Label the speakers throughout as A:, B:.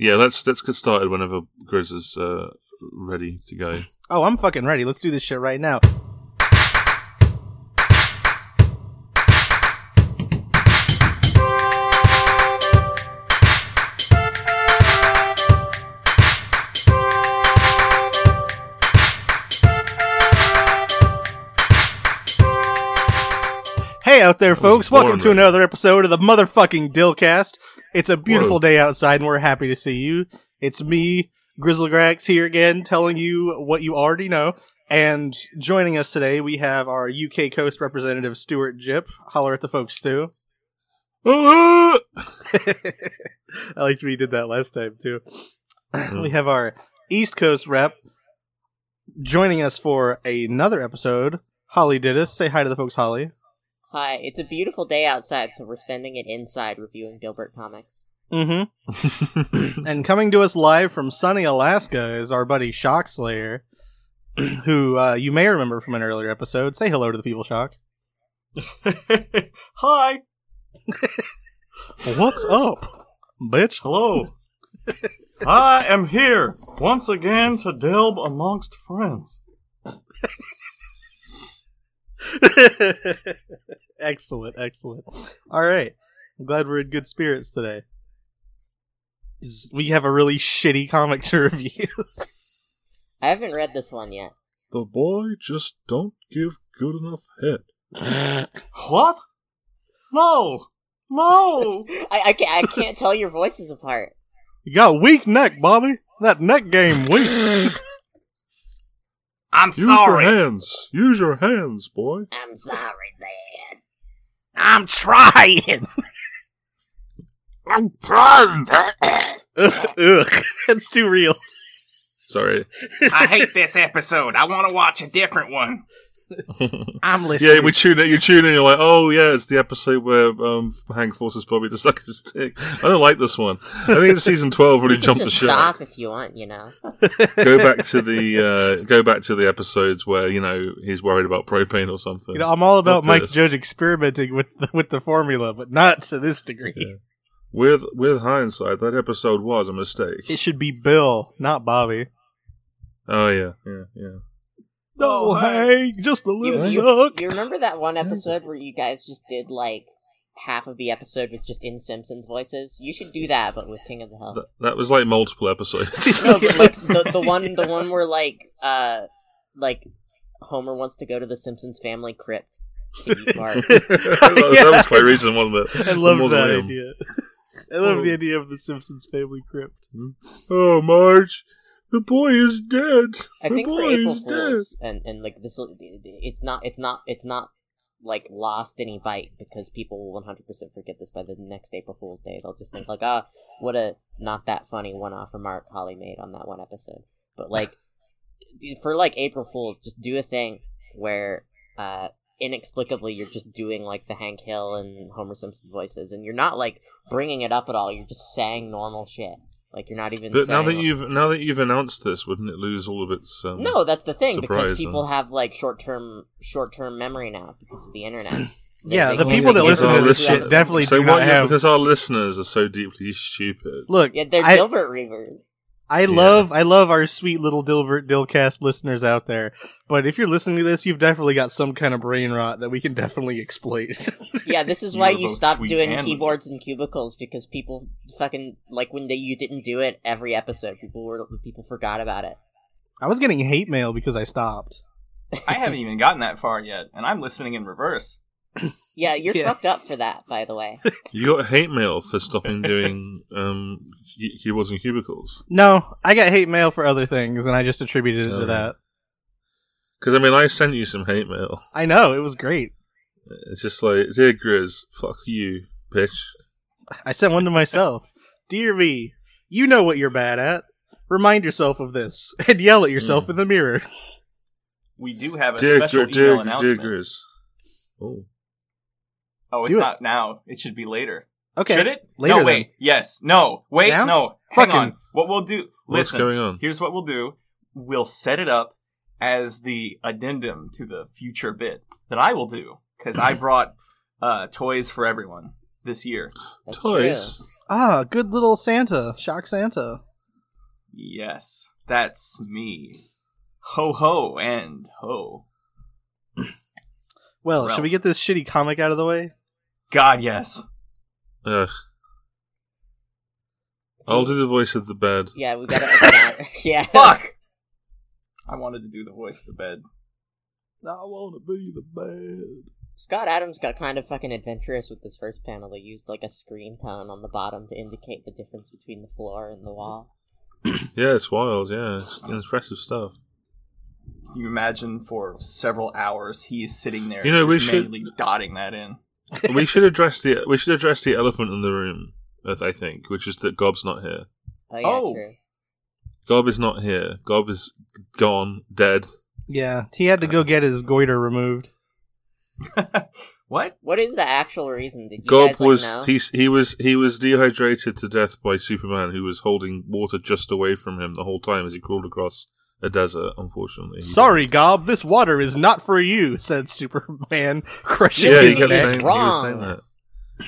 A: Yeah, let's let's get started whenever Grizz is uh, ready to go.
B: Oh, I'm fucking ready. Let's do this shit right now. Hey out there, folks.
A: boring,
B: Welcome to
A: man.
B: another episode of the motherfucking Dillcast. It's a beautiful
A: Whoa.
B: day outside and we're happy to see you. It's me, Grizzlegrax, here again telling you what you already know. And joining us today, we have our UK Coast representative, Stuart Jip. Holler at the folks, Stu.
A: Oh, ah!
B: I liked we did that last time, too. we have our East Coast rep joining us for another episode. Holly Didis. Say hi to the folks, Holly.
C: Hi, it's a beautiful day outside, so we're spending it inside reviewing Dilbert comics.
B: Mm-hmm. and coming to us live from sunny Alaska is our buddy Shock Slayer, who uh, you may remember from an earlier episode. Say hello to the people, Shock.
D: Hi.
B: What's up, bitch?
D: Hello. I am here once again to delve amongst friends.
B: excellent, excellent. All right, I'm glad we're in good spirits today. 'Cause We have a really shitty comic to review.
C: I haven't read this one yet.
A: the boy just don't give good enough head.
D: What? No. No.
C: I, I, can't, I can't tell your voices apart.
B: you got weak neck, Bobby. That neck game weak.
D: I'm
A: Use your hands. Use your hands, boy.
C: I'm sorry, man.
B: I'm trying.
A: I'm trying.
B: ugh, ugh. That's too real.
A: Sorry.
E: I hate this episode. I want to watch a different one.
B: I'm listening.
A: Yeah, we tune in. You tune in. You're like, oh yeah, it's the episode where um, Hank forces Bobby to suck his dick. I don't like this one. I think it's season twelve really
C: You can
A: jumped the
C: just
A: shark.
C: stop if you want, you know.
A: go back to the uh, go back to the episodes where you know he's worried about propane or something.
B: You know, I'm all about
A: Not
B: Mike
A: this.
B: Judge experimenting with the, with the formula, but not to this degree.
A: Yeah. with with hindsight, that episode was a mistake.
B: It should be Bill, not Bobby.
A: Oh yeah, yeah, yeah.
D: No,
B: No, Oh, hey, just a
C: You,
B: little
C: you,
B: suck.
C: you remember that one episode where you guys just did, like, half of the episode was just in Simpsons voices? You should do that, but with King of the
B: Oh.
C: Hill.
A: That, that was like multiple episodes.
C: No, but like the, the one the one where like uh like Homer wants to go to the Simpsons family crypt to eat Bart.
A: that, was, that was quite recent, wasn't it?
B: I love
A: It wasn't
B: that
A: him.
B: idea. I love
A: Oh.
B: the idea of the Simpsons family crypt.
A: Oh, Marge, the boy is dead.
C: I
A: the
C: think for
A: boy
C: April
A: is dead.
C: Fools and and like this it's not it's not it's not like lost any bite because people will 100 percent forget this by the next April Fool's Day. They'll just think like, ah, what a not that funny one off remark Holly made on that one episode. But like for like April Fools, just do a thing where uh inexplicably you're just doing like the Hank Hill and Homer Simpson voices, and you're not like bringing it up at all. You're just saying normal shit. Like you're not even.
A: But now that
C: saying,
A: you've now that you've announced this, wouldn't it lose all of its? Um,
C: no, that's the thing because
A: surprise,
C: people
A: huh?
C: have like short term short term memory now because of the internet. So they-
B: Yeah,
C: they
B: the
C: can't
B: people that
C: really
B: listen
C: go
B: to
A: Oh,
B: this
A: this
C: through
B: shit
A: is-
C: episodes.
B: definitely
A: So
B: do not
A: what? you-
B: have.
A: Because our listeners are so deeply stupid.
B: Look,
C: Yeah, they're
B: I-
C: Dilbert Reavers.
B: I
A: Yeah.
B: love I love our sweet little Dilbert Dillcast listeners out there, but if you're listening to this, you've definitely got some kind of brain rot that we can definitely exploit.
C: Yeah, this is
E: You
C: why
E: were
C: you
E: both
C: stopped
E: sweet
C: doing
E: and-
C: keyboards and cubicles because people fucking like when they, you didn't do it every episode, people were people forgot about it.
B: I was getting hate mail because I stopped.
E: I haven't even gotten that far yet, and I'm listening in reverse.
C: Yeah, you're
B: Yeah.
C: fucked up for that, by the way.
A: You got hate mail for stopping doing um, cu- keyboards and cubicles.
B: No, I got hate mail for other things, and I just attributed it
A: Oh.
B: to that.
A: Because I mean, I sent you some hate mail.
B: I know it was great.
A: It's just like, dear Grizz, fuck you, bitch.
B: I sent one to myself. Dear me, you know what you're bad at. Remind yourself of this and yell at yourself
A: Mm.
B: in the mirror.
E: We do have a
A: Dear,
E: special
A: Gr-
E: email
A: dear, dear
E: announcement.
A: Grizz. Oh,
E: oh, it's
B: Do it.
E: not now. It should be later.
B: Okay,
E: Should it?
B: Later
E: no, wait. Yes. No. Wait.
B: Now?
E: No. Hang
B: Fucking-
E: on. What we'll do?
A: what's
E: listen.
A: going on?
E: Here's what we'll do. We'll set it up as the addendum to the future bit that I will do because I brought uh, toys for everyone this year.
C: That's
A: Toys.
B: Ah, good little Santa, shock Santa.
E: Yes, that's me. Ho ho and ho.
B: Well,
E: Ralph.
B: should we get this shitty comic out of the way?
E: God, yes.
A: Ugh. I'll do the voice of the bed.
C: Yeah, we gotta. acknowledge- yeah.
E: Fuck! I wanted to do the voice of the bed.
A: I want to be the bed.
C: Scott Adams got kind of fucking adventurous with this first panel. He used like a screen tone on the bottom to indicate the difference between the floor and the wall.
A: Yeah, it's wild. Yeah, it's impressive stuff.
E: Can You imagine for several hours he is sitting there,
A: You know, we
E: just
A: should-
E: manually dotting that in.
A: we should address the we should address the elephant in the room. I th- I think, which is that Gob's not here.
C: Oh yeah,
E: Oh.
C: true.
A: Gob is not here. Gob is gone, dead.
B: Yeah, he had to go get his goiter removed.
E: What?
C: What is the actual reason? Did you
A: Gob
C: guys like,
A: was
C: know?
A: he, he was he was dehydrated to death by Superman, who was holding water just away from him the whole time as he crawled across a desert. Unfortunately, He-
B: Sorry, Gob, this water is not for you," said Superman, crushing
A: yeah, he
B: his
A: kept
B: neck.
A: saying, he was saying that.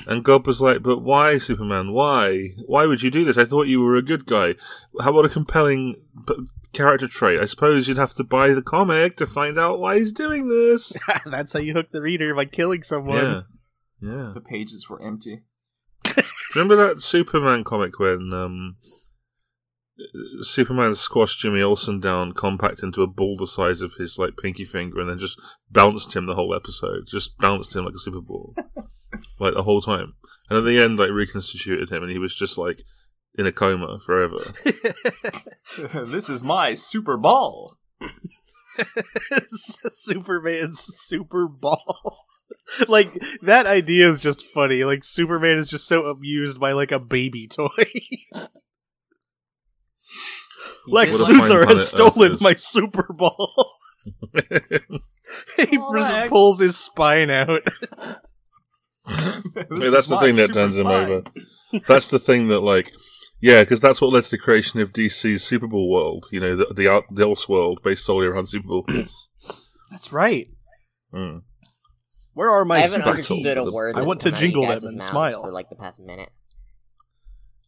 A: And Gob was like, "But why, Superman? Why? Why would you do this? I thought you were a good guy. How about a compelling p- character trait? I suppose you'd have to buy the comic to find out why he's doing this."
B: That's how you hook the reader by killing someone.
A: yeah, yeah.
E: The pages were empty.
A: Remember that Superman comic when um, Superman squashed Jimmy Olsen down compact into a ball the size of his like pinky finger, and then just bounced him the whole episode. Just bounced him like a super ball, like the whole time. And at the end, like reconstituted him, and he was just like in a coma forever.
E: this is my super ball.
B: Superman's super ball. like that idea is just funny. Like Superman is just so abused by like a baby toy. Lex
A: What a fine
B: Luthor
A: planet Earth
B: has stolen
A: is.
B: my super ball. he
E: Oh,
B: just
E: Lex.
B: pulls his spine out.
A: Yeah, that's the thing that turns him over. That's the thing that like. Yeah, because that's what led to the creation of DC's Super Bowl world. You know, the the, Art- the Else world based solely around Super Bowls.
B: That's right.
A: Mm.
B: Where are
C: I
B: my
C: haven't
B: super
A: battle.
C: understood a
B: keys?
C: word.
B: I
C: that's
B: want to
C: come out of you
B: jingle them
C: guys'
B: and
C: mouths
B: smile.
C: for like the past minute.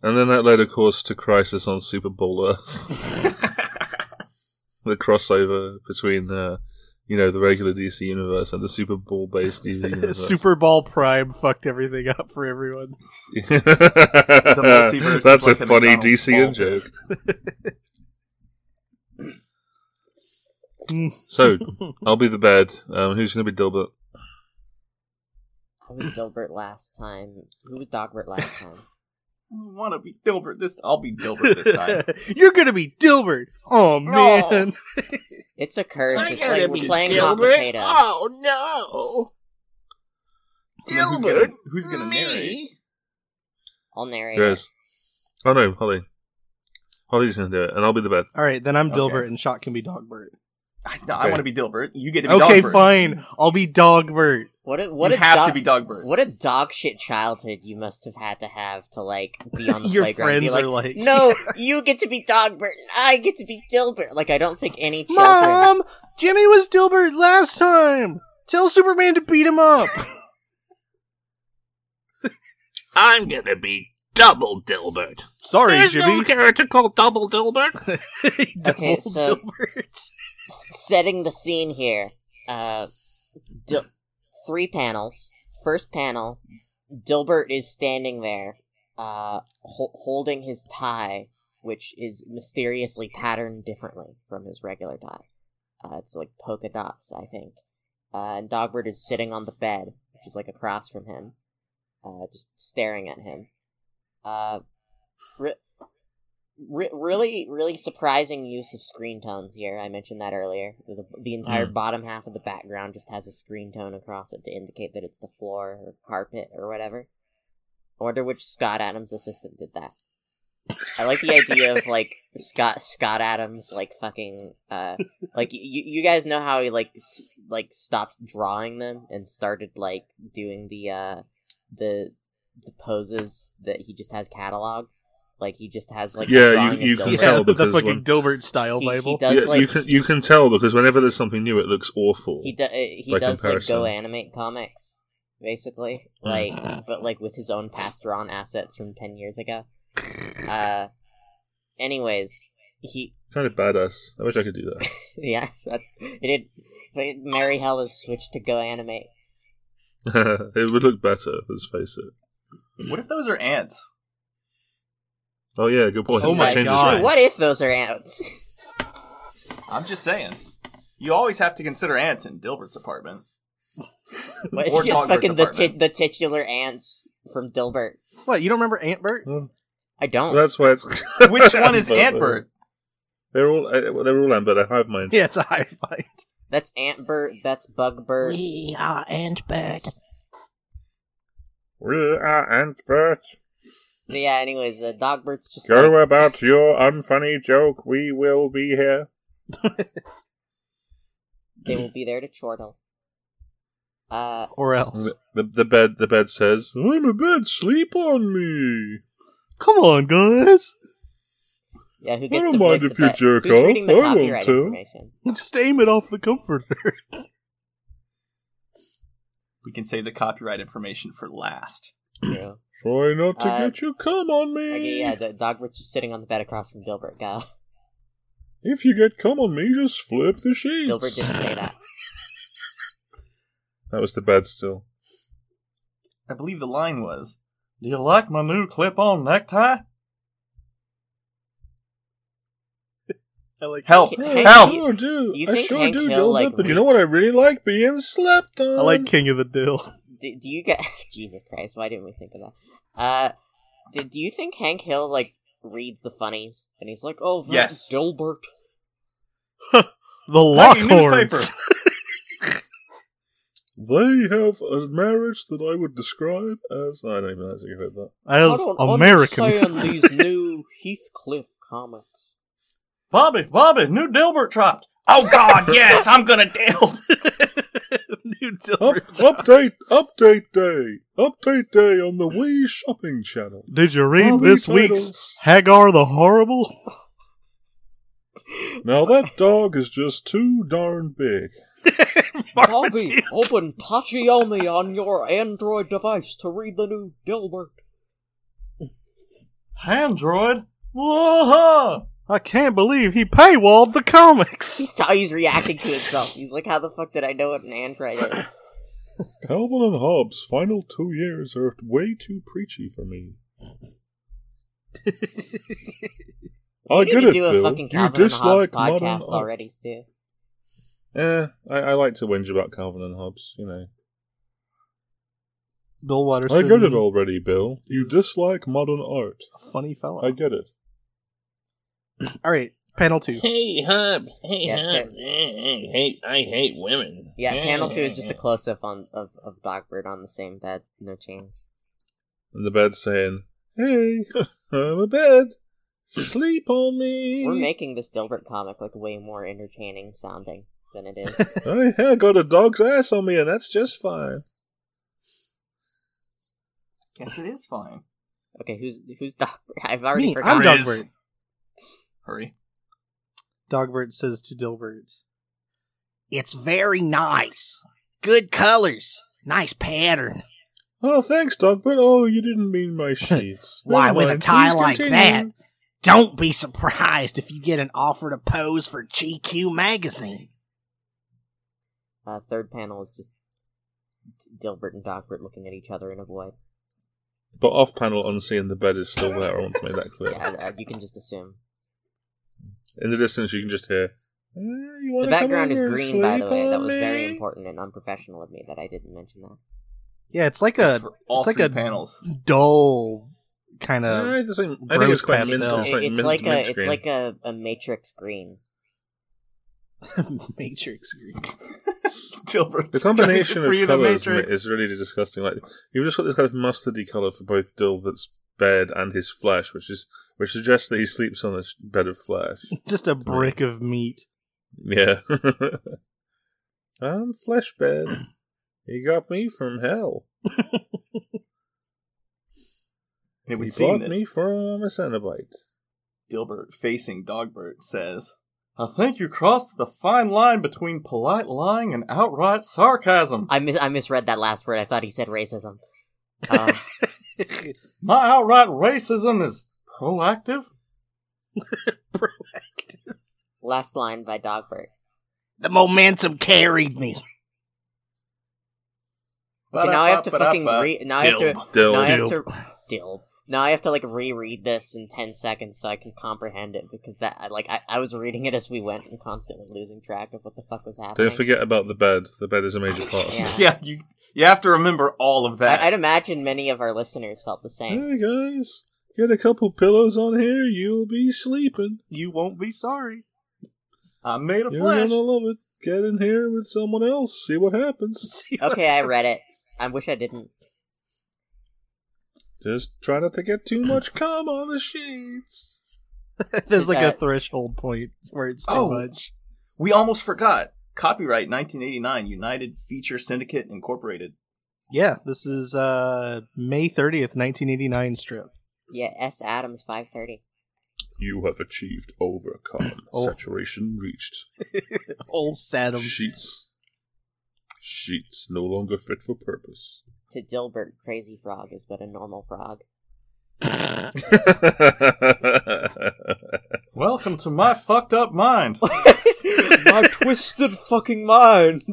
A: And then that led, of course, to Crisis on Super Bowl Earth. the crossover between, uh, you know, the regular DC universe and the Super Bowl based DC universe.
B: Super Ball Prime fucked everything up for everyone.
E: multiverse is
A: That's
E: like
A: a
E: a
A: funny
E: McDonald's
A: DCN
E: ball.
A: joke. Hmm. so, I'll be the bed. Um, who's going to be Dilbert?
C: Who was Dilbert last time? Who was Dogbert last time?
E: Want to be Dilbert this? I'll be Dilbert this time.
B: You're gonna be Dilbert. Oh
E: No.
B: man.
C: It's a curse.
F: I
C: It's
F: gotta
C: like we're
F: be Ah.
C: playing hot potato.
F: Oh no!
E: So who's gonna-
F: Dilbert,
E: who's gonna narrate?
F: me?
C: I'll narrate. it.
A: Yes. Oh no, Holly. Holly's going to do it, and I'll be the bed.
B: All right, then I'm
E: Okay.
B: Dilbert and Shot can be Dogbert.
E: I, no, I
A: Okay.
E: want to be Dilbert. You get to be
B: Okay,
E: Dogbert.
B: fine. I'll be Dogbert.
C: What a what
E: you
C: a
E: have
C: dog-
E: to be Dogbert.
C: what a dog shit childhood you must have had to have to like be on the
B: Your
C: playground. and be
B: friends
C: like,
B: are like,
C: no, you get to be Dogbert, and I get to be Dilbert. Like I don't think any children.
B: Mom, Jimmy was Dilbert last time. Tell Superman to beat him up.
F: I'm gonna be double Dilbert.
B: Sorry,
F: There's
B: Jimmy.
F: no character called double Dilbert.
B: Double
C: Okay, so-
B: Dilbert.
C: S- Setting the scene here. Uh, Dil- three panels. First panel, Dilbert is standing there, uh, ho- holding his tie, which is mysteriously patterned differently from his regular tie. Uh, it's like polka dots, I think. Uh, and Dogbert is sitting on the bed, which is like across from him, uh, just staring at him. Uh, re- re- really, really surprising use of screen tones here. I mentioned that earlier. The, the entire bottom half of the background just has a screen tone across it to indicate that it's the floor or carpet or whatever. I wonder which Scott Adams assistant did that. I like the idea of like Scott Scott Adams like fucking uh like you you guys know how he like s- like stopped drawing them and started like doing the uh the the poses that he just has catalog like he just has like a
A: Yeah, you-
C: drawing of
A: you can
C: Dilbert.
A: tell
B: Yeah, the
A: because
B: fucking
A: when-
B: Dilbert style
C: He- he
B: Bible.
C: does- That's
A: Yeah,
C: like-
A: you can you can tell because whenever there's something new, it looks awful.
C: He do, uh, he
A: by
C: does like
A: comparison. Hmm.
C: go animate comics, basically, like, but like with his own Pasteron assets from ten years ago. Uh, anyways, he
A: Kind of badass. I wish I could do that.
C: yeah, that's it. Did but Mary Hell has switched to Go Animate.
A: it would look better. Let's face it.
E: What if those are ants?
A: Oh yeah, good point.
D: Oh
A: I
D: my
A: changed this
D: God.
A: one.
C: What if those are ants?
E: I'm just saying. You always have to consider ants in Dilbert's apartment.
C: What
E: Or
C: if you
E: Dogbert's
C: fucking the, ti-
E: apartment.
C: the titular ants from Dilbert?
B: What, you don't remember Antbert?
C: I don't.
A: That's why it's.
E: Which one is
A: Antbert?
E: Antbert?
A: They're all uh, they're all Antbert. I have mine.
B: Yeah, it's a high fight.
C: That's Antbert. That's Bugbert.
G: We are Antbert.
A: We are Antbert.
C: So yeah. Anyways, uh, Dogbert's just like,
A: Go about your unfunny joke. We will be here.
C: they will be there to chortle. Uh,
B: Or else.
A: The, the, the bed the bed says, "I'm a bed. Sleep on me."
B: Come on, guys.
C: yeah. Who
A: I
C: gets
A: don't
C: to
A: mind
C: voice
A: if
C: the
A: you
C: pet?
A: jerk
C: Who's
A: off,
C: reading
A: I
C: the
A: won't
C: copyright
A: too.
C: information?
B: Just aim it off the comforter.
E: We can save the copyright information for last.
C: True.
A: Try not to
C: Uh,
A: get you cum on me.
C: Okay, yeah. The Dogbert's just sitting on the bed across from Dilbert. Go.
A: If you get cum on me, just flip the sheets.
C: Dilbert didn't say that.
A: That was the bed still.
E: I believe the line was
D: Do you like my new clip on necktie?
B: I like
E: Help!
C: Hey,
E: Help!
C: you-
A: sure do.
C: you
A: I
C: think
A: sure
C: Hank
A: do,
C: Hill,
A: Dilbert,
C: like,
A: but you
C: re-
A: know what I really like? Being slept on.
B: I like King of the Dill.
C: do, do you get Jesus Christ? Why didn't we think of that? Uh, do, do you think Hank Hill like reads the funnies and he's like, "Oh, that's
E: Yes.
C: Dilbert."
B: The
D: Hey,
B: Lockhorns.
D: newspaper.
A: They have a marriage that I would describe as. I don't even know how to get that.
B: As
C: I don't
B: American.
C: understand these new Heathcliff comics.
D: Bobby, Bobby, new Dilbert dropped.
F: Oh God, yes, I'm gonna delve.
B: New
A: Up,
B: Dilbert.
A: update, update day, update day on the Wii Shopping Channel.
B: Did you read
A: All
B: this
A: these
B: week's
A: titles.
B: Hagar the Horrible?
A: Now that dog is just too darn big.
C: Bobby, open Tachiomi on your Android device to read the new Dilbert.
D: Android. Whoa!
B: I can't believe he paywalled the comics.
C: He's, he's reacting to himself. He's like, how the fuck did I know what an Android is?
A: Calvin and Hobbes' final two years are way too preachy for me. I
C: You need
A: get
C: to
A: it,
C: do a
A: Bill.
C: fucking
A: You
C: Calvin and Hobbes
A: dislike modern
C: podcast
A: art.
C: already, Stu.
A: Eh, I, I like to whinge about Calvin and Hobbes, you know.
B: Bill Watterson.
A: I get it already, Bill. You dislike modern art.
B: Funny fellow.
A: I get it.
B: All right, panel two.
F: Hey Hubs, hey
C: Yeah,
F: Hubs, eh, eh, hate I hate women.
C: Yeah,
F: Eh,
C: panel two is just a
F: eh,
C: close up on of, of Dogbird on the same bed, no change.
A: And the bed's saying, Hey, I'm a bed. Sleep on me.
C: We're making this Dilbert comic like way more entertaining sounding than it is.
A: I Oh, I got a dog's ass on me, and that's just fine.
E: Guess it is fine.
C: okay, who's who's Dogbert? I've already
B: Me, I'm
C: forgotten.
E: Riz.
B: Dogbert.
E: Hurry.
B: Dogbert says to Dilbert,
G: It's very nice. Good colors. Nice pattern.
A: Oh, thanks, dog, but oh, you didn't mean my sheets.
G: Why,
A: Never
G: with a
A: mind.
G: tie
A: Please
G: like
A: continue.
G: that? Don't be surprised if you get an offer to pose for GQ magazine.
C: Uh, third panel is just Dilbert and Dogbert looking at each other in a void.
A: But off panel, unseen, the bed is still there. I want to make that clear.
C: Yeah, uh, you can just assume.
A: In the distance, you can just hear. "Eh, you
C: The
A: wanna come
C: background is
A: over and
C: green, by the
A: sleep
C: way. That
A: on
C: was very
A: me?"
C: important and unprofessional of me that I didn't mention that.
B: "Yeah, it's like a
E: That's for all
B: it's like
E: three
B: a-
E: panels.
B: dull kind
A: Yeah,
B: of."
A: it doesn't- I think
B: gross
A: it's quite mint.
B: pastel.
A: It's like,
C: it's
A: mint,
C: like
A: mint
C: a it's
A: green.
C: like a, a matrix green.
B: Matrix green.
E: Dilbert's
A: The
E: trying to
A: combination of
E: free the
A: colours
E: Matrix.
A: is really disgusting. Like you've just got this kind of mustardy colour for both Dilbert's bed and his flesh, which is which suggests that he sleeps on a sh- bed of flesh.
B: Just a brick of meat.
A: yeah, I'm flesh bed. He got me from hell.
E: It would
A: he
E: seem
A: bought
E: that
A: me from a Cenobite.
E: Dilbert facing Dogbert says,
D: I think you crossed the fine line between polite lying and outright sarcasm.
C: I mis- I misread that last word. I thought he said racism. Um,
D: My outright racism is proactive.
C: last line by Dogbert.
G: The momentum carried me.
C: Okay, now I have to fucking re- now I have to
A: Dilb.
C: now I have to Dilb. Now I have to like reread this in ten seconds so I can comprehend it because that I- like I, I was reading it as we went and constantly losing track of what the fuck was happening.
A: Don't forget about the bed. The bed is a major part. of
C: Yeah.
A: this.
E: Yeah, you you have to remember all of that.
C: I, I'd imagine many of our listeners felt the same.
A: Hey guys, get a couple pillows on here. You'll be sleeping.
B: You won't be sorry.
D: I made a
A: You're
D: flash.
A: gonna love it. Get in here with someone else. See what happens.
C: Okay, I read it. I wish I didn't.
A: Just try not to get too much cum on the sheets.
B: There's like a
C: that-
B: threshold point where it's too
E: Oh.
B: much.
E: we almost forgot. Copyright 1989, United Feature Syndicate Incorporated.
B: Yeah, this is uh May 30th, 1989 strip.
C: Yeah, S. Adams five thirty.
A: You have achieved overcome.
B: Oh.
A: Saturation reached.
B: Old Saddam.
A: Sheets. Sheets no longer fit for purpose.
C: To Dilbert, crazy frog is but a normal frog.
D: Welcome to my fucked up mind.
H: My twisted fucking mind.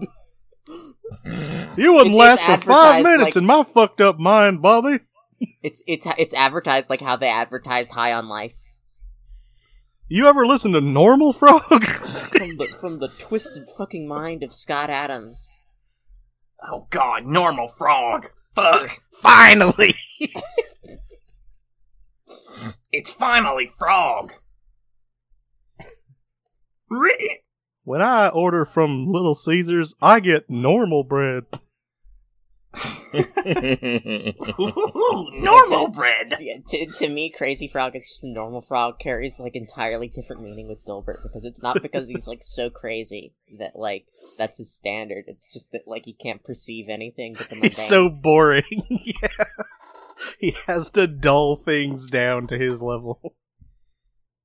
B: You wouldn't
C: It's-
B: last
C: it's
B: for five
C: advertised
B: minutes
C: like-
B: in my fucked up mind, Bobby.
C: It's it's it's advertised like how they advertised High on Life.
B: You ever listen to Normal Frog?
C: from the from the twisted fucking mind of Scott Adams.
E: Oh god, normal frog. Fuck.
G: Finally.
E: It's finally frog. Re-
B: when I order from Little Caesars, I get normal bread.
E: Ooh, normal bread.
C: Yeah, to, to me, Crazy Frog is just a normal frog. Carries like entirely different meaning with Dilbert because it's not because he's like so crazy that like that's his standard. It's just that like he can't perceive anything but the mundane.
B: He's so boring. yeah. He has to dull things down to his level.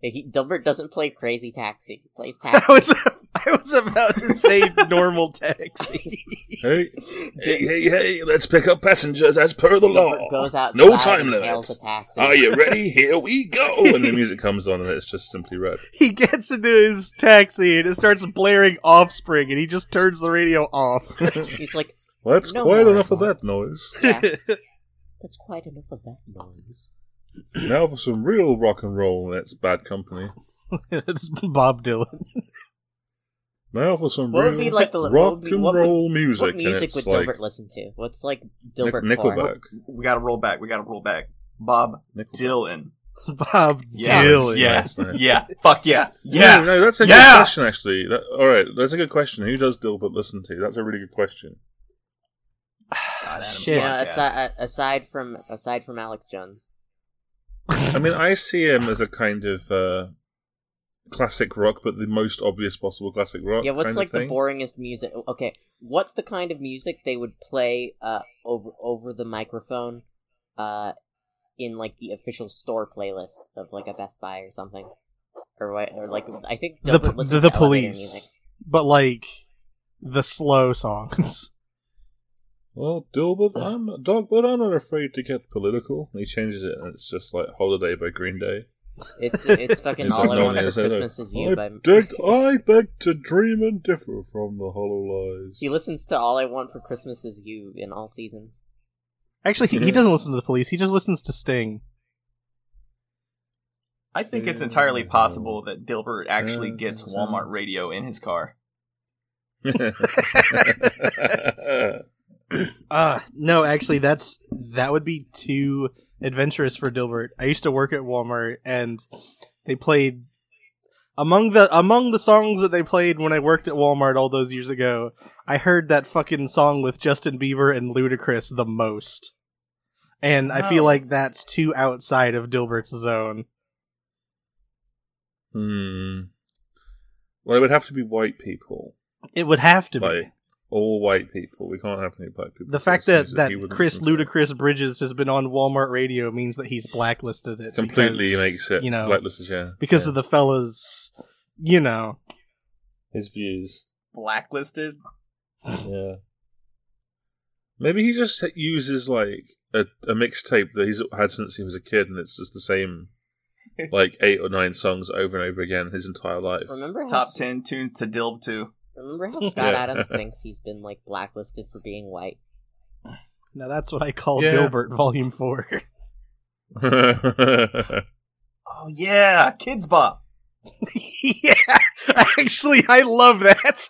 C: he, Dilbert doesn't play Crazy Taxi. He plays
B: I
C: Taxi.
B: was I was about to say normal taxi.
A: hey, hey, hey, hey, let's pick up passengers as per the law.
C: Dilbert goes out.
A: no time
C: and hails
A: limit.
C: a taxi.
A: Are you ready? Here we go. And the music comes on and it's just simply red.
B: he gets into his taxi and it starts blaring offspring and he just turns the radio off.
C: He's like,
A: Well, that's
C: No
A: quite
C: more.
A: enough of that noise.
C: yeah. That's quite enough of that noise.
A: now for some real rock and roll, that's bad company.
B: it's Bob Dylan.
A: Now for some
C: What
A: real
C: would be like the what
A: rock
C: would be-
A: and
C: what would-
A: roll music.
C: What
A: and
C: music
A: it's
C: would
A: like
C: Dilbert listen to? What's like
A: Nic-
C: Dilbert for?
A: Nickelback.
E: We gotta roll back. We gotta roll back. Bob
A: Nickelback.
E: Dylan.
B: Bob
E: Yeah.
B: Dylan.
E: Yeah.
A: Nice, nice.
E: Yeah. Fuck yeah.
A: No,
E: Yeah.
A: no, that's a
E: Yeah.
A: good question, actually. That, all right, that's a good question. Who does Dilbert listen to? That's a really good question.
E: Scott Adams
B: Shit.
C: Yeah,
E: podcast.
C: aside, aside from aside from Alex Jones,
A: I mean, I see him as a kind of uh, classic rock, but the most obvious possible classic rock.
C: yeah, what's
A: kind
C: like
A: of Oh, thing.
C: the boringest music? Okay, what's the kind of music they would play uh, over over the microphone, uh, in like the official store playlist of like a Best Buy or something, or what? Or like I think
B: The,
C: Dilbert
B: p-
C: listens
B: the,
C: to
B: the
C: elevator music.
B: police. But like the slow songs.
A: Well, Dilbert, I'm not, Dogbert, I'm not afraid to get political. And he changes it, and it's just like "Holiday" by Green Day.
C: It's it's fucking
A: It's
C: all
A: like
C: I
A: no
C: want
A: one
C: for
A: is, I know.
C: Christmas is you.
A: I
C: By
A: beg, I beg to dream and differ from the hollow lies.
C: he listens to all I want for Christmas is you in all seasons.
B: Actually,
E: Mm-hmm.
B: he, he doesn't listen to the police. He just listens to Sting.
E: I think it's entirely possible that Dilbert actually
A: Yeah,
E: gets
A: yeah.
E: Walmart radio in his car.
A: Hmm.
B: Uh no, actually that's that would be too adventurous for Dilbert. I used to work at Walmart and they played among the among the songs that they played when I worked at Walmart all those years ago, I heard that fucking song with Justin Bieber and Ludacris the most. And I feel
E: Oh.
B: like that's too outside of Dilbert's zone.
A: hmm. Well, it would have to be white people.
B: It would have to be.
A: like all white people. We can't have any black people.
B: The fact
A: There's things
B: that, that
A: he would
B: Chris
A: listen to.
B: Ludacris Bridges has been on Walmart radio means that he's blacklisted it.
A: completely
B: because,
A: makes it
B: you know
A: blacklisted. Yeah,
B: because
A: yeah.
B: of the fellas you know,
A: His views.
E: Blacklisted.
A: Yeah. Maybe he just uses like a, a mixtape that he's had since he was a kid, and it's just the same, like eight or nine songs over and over again his entire life.
C: Remember how
E: Top
C: s-
E: ten tunes to Dilb to.
C: Remember how Scott
A: Yeah.
C: Adams thinks he's been like blacklisted for being white?
B: now that's what I call
A: Yeah.
B: Dilbert Volume Four.
E: Oh yeah, Kids Bop.
B: yeah, actually, I love that.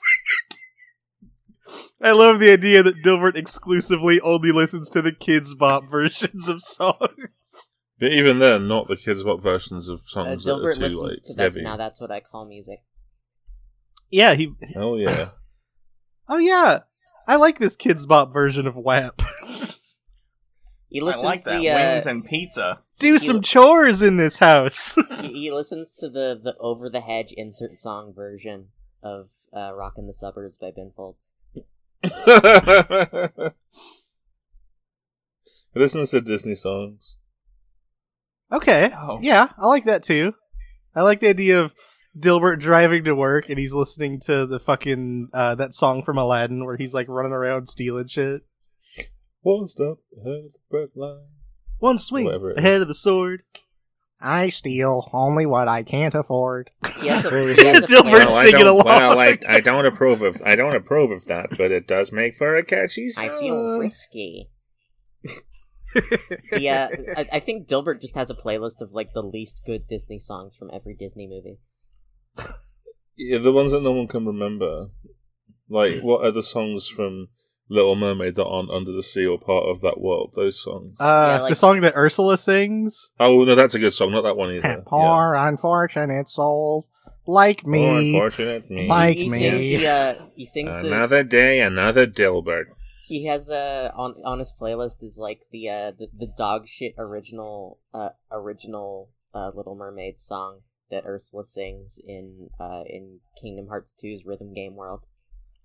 B: I love the idea that Dilbert exclusively only listens to the kids' bop versions of songs.
A: but even then, not the kids' what versions of
C: Uh,
A: songs that are Oh,
C: Dilbert
A: too
C: listens
A: like
C: to that.
A: heavy.
C: Now that's what I call music.
B: Yeah, he.
A: Hell yeah!
B: Oh yeah, I like this kids' bop version of WAP.
C: He listens
E: I like that.
C: to the, uh,
E: Wings and pizza.
B: Do some chores in this house.
C: he, he listens to the the over the hedge insert song version of uh, "Rockin' the Suburbs" by Ben Folds.
A: I listen to Disney songs.
B: okay,
E: Oh.
B: yeah, I like that too. I like the idea of Dilbert driving to work and he's listening to the fucking uh, that song from Aladdin where he's like running around stealing shit.
A: One step ahead of the bread line.
B: One swing
A: Whatever it
B: ahead of the sword.
G: I steal only what I can't afford.
C: He has a, he has a
B: Dilbert
C: playlist.
B: Well, singing along.
A: I don't approve of. I don't approve of that, but it does make for a catchy
C: I feel risky. Yeah, I, I think Dilbert just has a playlist of like the least good Disney songs from every Disney movie.
A: Yeah, the ones that no one can remember.
C: Mm.
A: Like, what are the songs from Little Mermaid that aren't under the sea or part of that world? Those songs.
B: Uh,
C: Yeah, like-
B: the song that Ursula sings.
A: oh no, that's a good song. Not that one either.
G: Poor unfortunate souls like
A: Yeah. Poor
G: me.
A: unfortunate me.
G: Like
C: he, he
G: me.
C: Sings the, uh, he sings the.
A: Another day, another Dilbert.
C: He has uh, on on his playlist is like the uh, the, the dog shit original uh, original uh, Little Mermaid song that Ursula sings in uh, in Kingdom Hearts 2's rhythm game world.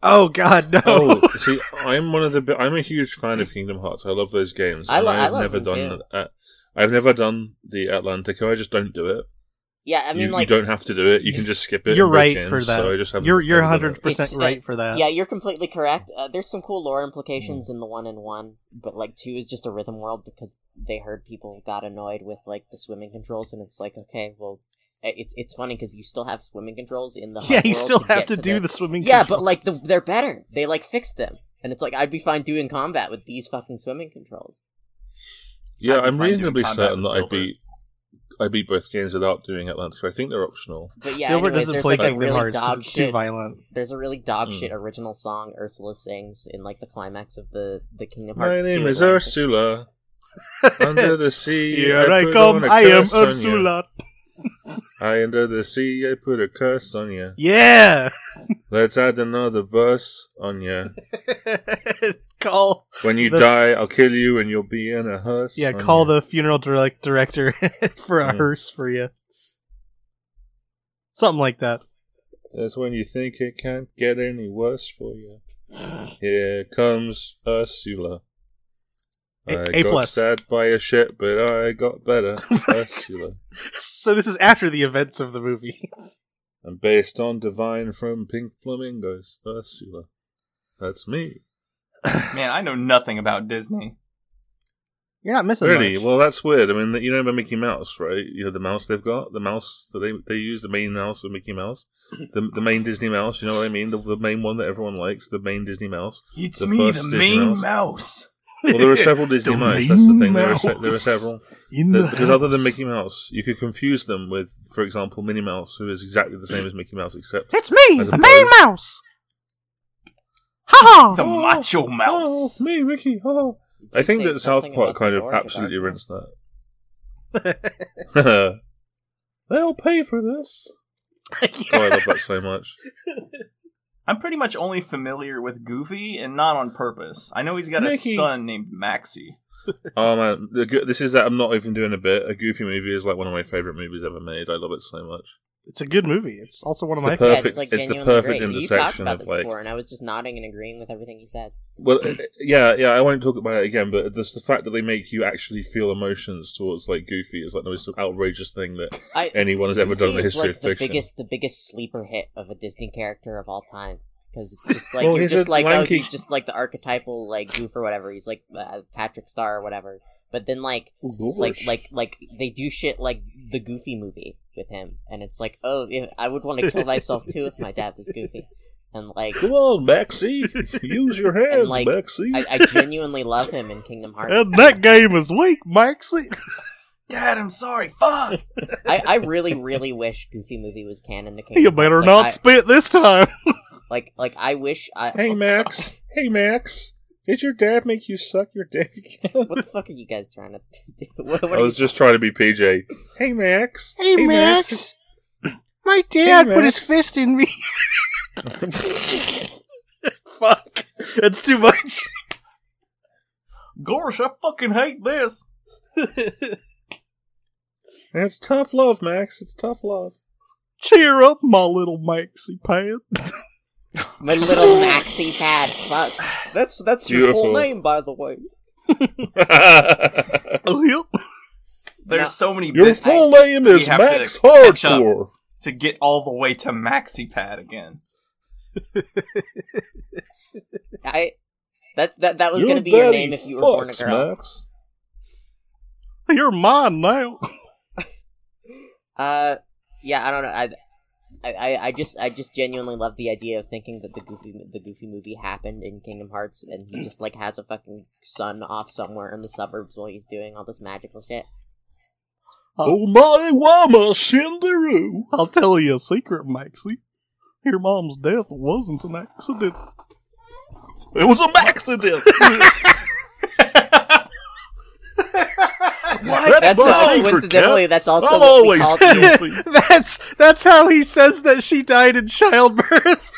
B: Oh God, no!
A: Oh, see, I'm one of the. bi- I'm a huge fan of Kingdom Hearts. I love those games.
C: I
A: and
C: lo- I
A: I've
C: love
A: never
C: them
A: done.
C: too.
A: Uh, I've never done the Atlantico. I just don't do it.
C: Yeah, I mean
A: you, you
C: like
A: don't have to do it. You can just skip it.
B: You're
A: in both
B: right
A: games,
B: for that.
A: So I just haven't-
B: you're you're
A: haven't done
B: hundred
A: it.
B: percent
C: It's, uh,
B: right for that. Hmm.
C: yeah, you're completely correct. Uh, there's some cool lore implications in the one and one, but like two is just a rhythm world because they heard people got annoyed with like the swimming controls, and it's like okay, well, i- it's it's funny because you still have swimming controls in the
B: yeah,
C: hub
B: you
C: world
B: still have
C: get
B: to do
C: their-
B: the swimming.
C: yeah, but like the,
B: controls.
C: they're better. They like fixed them, and it's like I'd be fine doing combat with these fucking swimming controls.
A: Yeah,
E: I'd be
A: I'm
E: fine
A: reasonably
E: doing combat
A: certain that
E: with
A: I
E: Dilbert.
A: beat I beat both games without doing Atlantico. I think they're optional.
C: But yeah,
B: Dilbert
C: anyways,
B: doesn't
C: there's
B: play
C: like a
B: Kingdom
C: really
B: Hearts 'cause
C: dog
B: it's too
C: shit.
B: violent.
C: There's a really dog
A: Mm.
C: shit original song Ursula sings in like the climax of the the Kingdom Hearts.
A: My
C: 2
A: name is
C: Atlantic.
A: Ursula. Under the sea,
B: Here I
A: put
B: come,
A: on a
B: I am
A: curse on you.
B: Ursula.
A: I under the sea, I put a curse on you.
B: Yeah,
A: Let's add another verse on you.
B: call
A: When you
B: The-
A: die, I'll kill you, and you'll be in a hearse.
B: yeah,
A: on
B: call
A: you.
B: the funeral direct director for a
A: Mm.
B: hearse for you. Something like that.
A: That's when you think it can't get any worse for you. Here comes Ursula. I
B: A- A
A: got
B: plus.
A: stabbed by a ship, but I got better. Ursula.
B: So this is after the events of the movie.
A: I'm based on Divine from Pink Flamingos. Ursula. That's me.
E: Man, I know nothing about Disney.
B: You're not missing
A: really?
B: much.
A: Well, that's weird. I mean, you know about Mickey Mouse, right? You know the mouse they've got, the mouse that they they use, the main mouse of Mickey Mouse, the the main Disney mouse. You know what I mean? The, the main one that everyone likes, the main Disney mouse.
E: It's
A: The me, the first Disney main mouse.
E: mouse.
A: Well, there are several Disney mice. That's the thing. There are, se- there are several. The- because other than Mickey Mouse, you could confuse them with, for example, Minnie Mouse, who is exactly the same as Mickey Mouse, except
G: It's me,
A: As a
G: the main
A: bird.
G: mouse. Ha
E: The
G: ha!
E: macho
A: oh,
E: mouse.
A: me, Mickey. Oh.
C: Did
A: I
C: you
A: think
C: say
A: that South
C: something
A: Park
C: about
A: kind
C: the
A: of
C: org
A: absolutely
C: about
A: rinsed that. They'll pay for this. Oh, I love that so much.
E: I'm pretty much only familiar with Goofy and not on purpose. I know he's got
A: Mickey.
E: a son named Maxie.
A: Oh man, the, go- this is that I'm not even doing a bit. A Goofy movie is like one of my favorite movies ever made. I love it so much.
B: it's a good movie. It's also one of
A: It's
B: my
A: the
B: favorites.
A: perfect- it's the
C: genuinely
A: perfect
C: You talked
A: intersection
C: about
A: of,
C: this
A: like-
C: before, and I was just nodding and agreeing with everything you said.
A: Well, uh, yeah, yeah. I won't talk about it again, but just the fact that they make you actually feel emotions towards like Goofy is like the most outrageous thing that
C: I,
A: anyone has ever done in the
C: Goofy is,
A: history
C: like
A: of
C: the
A: fiction.
C: biggest, the biggest sleeper hit of a Disney character of all time. Because it's just like
A: Well,
C: you're
A: he's
C: just
A: a
C: like oh,
A: lanky-
C: he's just like the archetypal like goof or whatever. He's like uh, Patrick Star or whatever. But then like
A: Oh,
C: like like like they do shit like the Goofy movie with him, and it's like oh if, I would want to kill myself too if my dad was Goofy, and like
A: Come on, Maxie, use your hands,
C: like,
A: Maxie.
C: I, I genuinely love him in Kingdom Hearts.
B: And that game is weak, Maxie.
E: Dad, I'm sorry. Fuck.
C: I, I really really wish Goofy movie was canon to Kingdom.
B: you better
C: Hearts.
B: not
C: Like, I-
B: spit this time.
C: like like I wish I
A: Hey, Max. hey, Max. Did your dad make you suck your dick?
C: what the fuck are you guys trying to do? What, what
A: I
B: Oh.
C: are
A: was just trying to be PJ. Hey, Max.
B: Hey, Max. My dad put his fist in me. Fuck. That's too much.
E: Gosh, I fucking hate this.
A: It's tough love, Max. It's tough love.
B: Cheer up, my little Maxie pad.
C: you- my little maxi pad? Fuck.
H: That's that's your full
A: Beautiful.
H: name, by the way.
B: Oh, yep.
E: There's
C: No.
E: so many
A: your
E: bits
A: full name
E: we
A: is
E: have to
A: Max
E: catch up.
A: Hardcore.
E: to get all the way to MaxiPad again.
C: I that's that that was
A: Your
C: gonna be your
A: daddy
C: name if you were born a
A: fucks,
C: girl.
A: Max.
B: You're mine now.
C: Uh, yeah, I don't know. I, I- I, I just I just genuinely love the idea of thinking that the goofy the goofy movie happened in Kingdom Hearts, and he just like has a fucking son off somewhere in the suburbs while he's doing all this magical shit.
A: Oh my wama shindaroo.
B: I'll tell you a secret, Maxie. Your mom's death wasn't an accident.
A: It was an accident. That's, my
C: also
A: secret,
C: coincidentally
A: Cat.
C: that's also
A: I'm
C: what we
A: always
C: called
A: guilty.
B: that's that's how he says that she died in childbirth.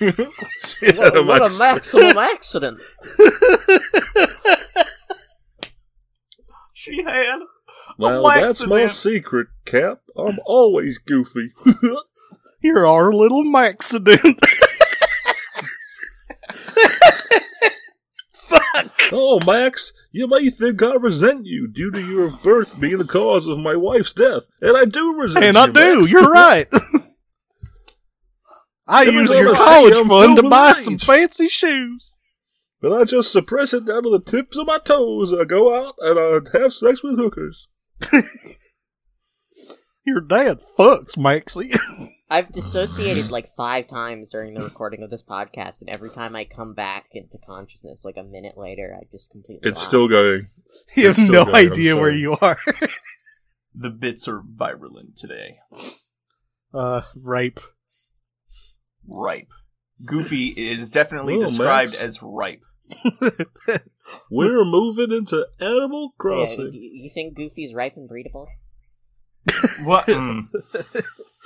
A: Yeah,
C: What, what
A: Max.
C: a maximum accident!
E: She had.
A: Well,
E: Why
A: that's my
E: accident?
A: secret, Cap. I'm always goofy.
B: You're our little Maxident.
A: oh, Max, you may think I resent you due to your birth being the cause of my wife's death, and I do resent
B: and
A: you.
B: I do.
A: Max.
B: You're right. I
A: Every
B: use
A: time
B: your
A: I see
B: college
A: you, I'm
B: fund
A: filled
B: to
A: with
B: buy
A: rage.
B: some fancy shoes.
A: But I just suppress it down to the tips of my toes. I go out and I have sex with hookers.
B: Your dad fucks Maxie.
C: I've dissociated like five times during the recording of this podcast, and every time I come back into consciousness, like a minute later, I just completely.
A: It's
C: lost.
A: still going.
B: you
A: It's
B: have
A: still
B: no
A: going, I'm
B: idea where
A: sorry.
B: you are.
E: The bits are virulent today.
B: Uh, rape.
E: Ripe. Goofy is definitely
A: Ooh,
E: described
A: Max.
E: as ripe.
A: We're moving into Animal
C: Yeah,
A: Crossing.
C: you, you think Goofy's ripe and breedable?
E: What? mm.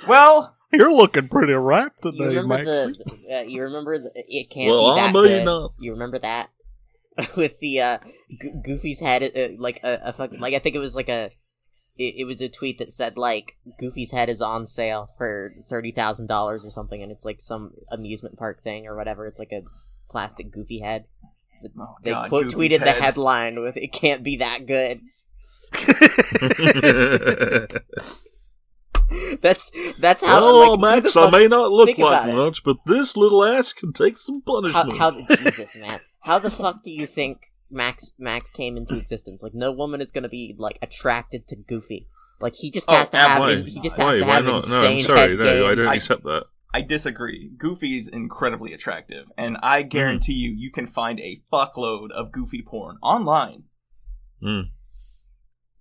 E: Well,
B: You're looking pretty ripe
C: You
B: today,
C: remember
B: Maxie.
C: the? Uh, you remember the? It can't
A: Well,
C: be
A: I
C: that
A: may
C: good.
A: not.
C: You remember that with the uh, Go- Goofy's head, uh, like a, a fucking like I think it was like a. It, it was a tweet that said like Goofy's head is on sale for thirty thousand dollars or something, and it's like some amusement park thing or whatever. It's like a plastic Goofy head.
E: oh,
C: They
E: God,
C: quote
E: Goofy's
C: tweeted the
E: head.
C: headline with "It can't be that good." That's that's how.
A: oh,
C: like, who
A: Max,
C: the
A: I
C: fuck-
A: may not look
C: think about
A: like
C: it.
A: much, but this little ass can take some
C: how,
A: punishment.
C: how Jesus man, how the fuck do you think Max Max came into existence? Like no woman is gonna be like attracted to Goofy. Like he just
E: Oh,
C: has to have
E: absolutely.
C: he just
A: Why?
C: has to
A: Why
C: have
A: not? No,
C: insane
A: I'm
C: head
A: sorry. No, I
C: game.
A: don't
E: I-
A: accept that.
E: I disagree. Goofy's incredibly attractive, and I guarantee you, you can find a fuckload of Goofy porn online.
A: Mm.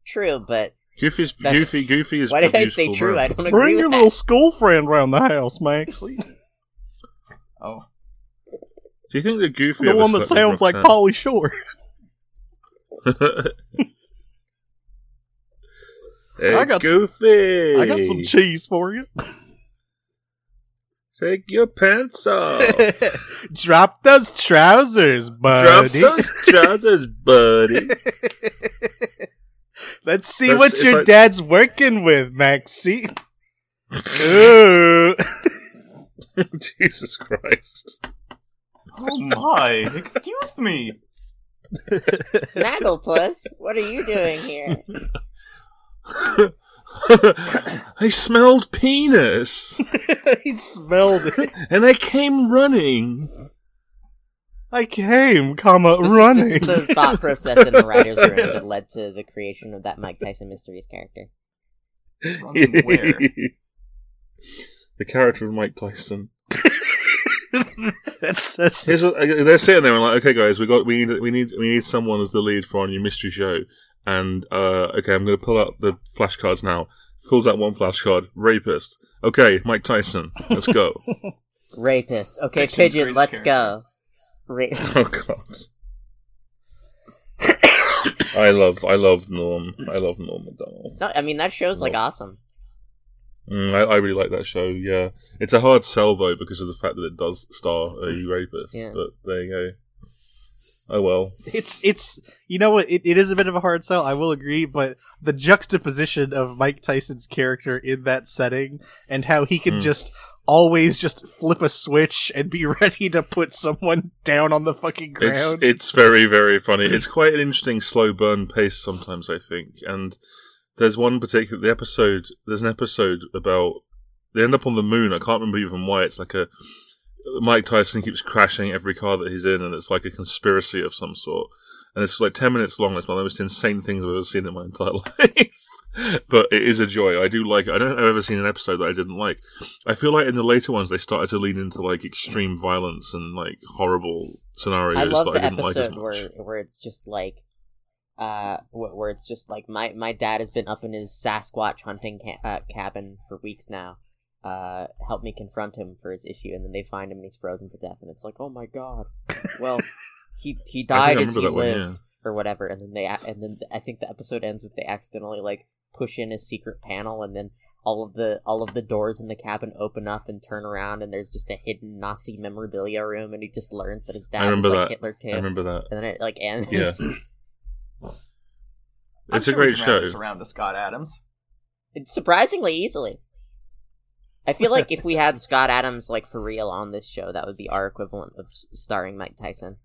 C: True, but
A: Goofy's
C: That's-
A: Goofy. Goofy is.
C: why did
A: a
C: I say
A: beautiful
C: true?
A: bird.
C: I don't agree.
B: Bring
C: with
B: your
C: that.
B: little school friend round the house, Maxie.
E: Oh,
A: Do you think that Goofy?
B: the
A: ever
B: one that
A: slept with
B: sounds like
A: Roxanne?
B: Polly Shore.
A: Hey,
B: I got s-
A: Goofy.
B: I got some cheese for you.
A: Take your pants off.
B: Drop those trousers,
A: Drop
B: buddy.
A: those trousers, buddy.
B: Let's see
A: There's-
B: what
A: it's
B: your
A: like-
B: dad's working with, Maxie.
A: Jesus Christ.
E: Oh my! Excuse me.
C: Snagglepuss, what are you doing here?
A: I smelled penis
B: he smelled it.
A: and I came running.
B: I came, comma,
C: This is-
B: running.
C: This is the thought process in the writer's room that led to the creation of that Mike Tyson Mysteries character.
E: Running where?
A: the character of Mike Tyson.
B: that's that's
A: Here's what I- they're sitting there and like, okay, guys, we got we need we need we need someone as the lead for our new mystery show. And uh, okay, I'm going to pull out the flashcards now. Fills out one flashcard. Rapist. Okay, Mike Tyson. Let's go.
C: Rapist. Okay,
E: Fiction's
C: Pigeon,
E: greatest
C: let's go. Ra-
A: oh God. I love I love Norm. I love Norm Macdonald.
C: no, I mean, that show's like awesome.
A: Mm, I, I really like that show. Yeah, it's a hard sell though because of the fact that it does star a rapist.
C: Yeah.
A: But there you go. Oh well.
B: it's it's you know what it, it is a bit of a hard sell i will agree but the juxtaposition of mike tyson's character in that setting and how he can
A: Hmm.
B: just always just flip a switch and be ready to put someone down on the fucking ground
A: It's it's very very funny. It's quite an interesting slow burn pace sometimes. I think, and there's one particular the episode. There's an episode about they end up on the moon. I can't remember even why. It's like a Mike Tyson keeps crashing every car that he's in, and it's like a conspiracy of some sort. And it's like ten minutes long. It's one of the most insane things I've ever seen in my entire life. but it is a joy. I do like it. I don't think I've ever seen an episode that I didn't like. I feel like in the later ones they started to lean into like extreme violence and like horrible scenarios
C: I love
A: that I
C: the
A: didn't like as
C: episode
A: much.
C: where where it's just like, uh, wh- where it's just like my my dad has been up in his Sasquatch hunting ca- uh, cabin for weeks now. Uh, help me confront him for his issue, and then they find him and he's frozen to death, and it's like, oh my god. Well, he he
A: I
C: died
A: think I
C: as
A: remember
C: he
A: that one.
C: lived.
A: Yeah.
C: or whatever, and then they ac- and then I think the episode ends with they accidentally like push in a secret panel, and then all of the all of the doors in the cabin open up and turn around, and there's just a hidden Nazi memorabilia room, and he just learns that his dad was
A: remember
C: like
A: that.
C: Hitler too,
A: I remember that.
C: and then it like ends.
A: Yeah.
E: I'm
A: It's a
E: sure we
A: great
E: can wrap
A: show.
E: this around to Scott Adams.
C: It's surprisingly easily. I feel like if we had Scott Adams like for real on this show, that would be our equivalent of s- starring Mike Tyson.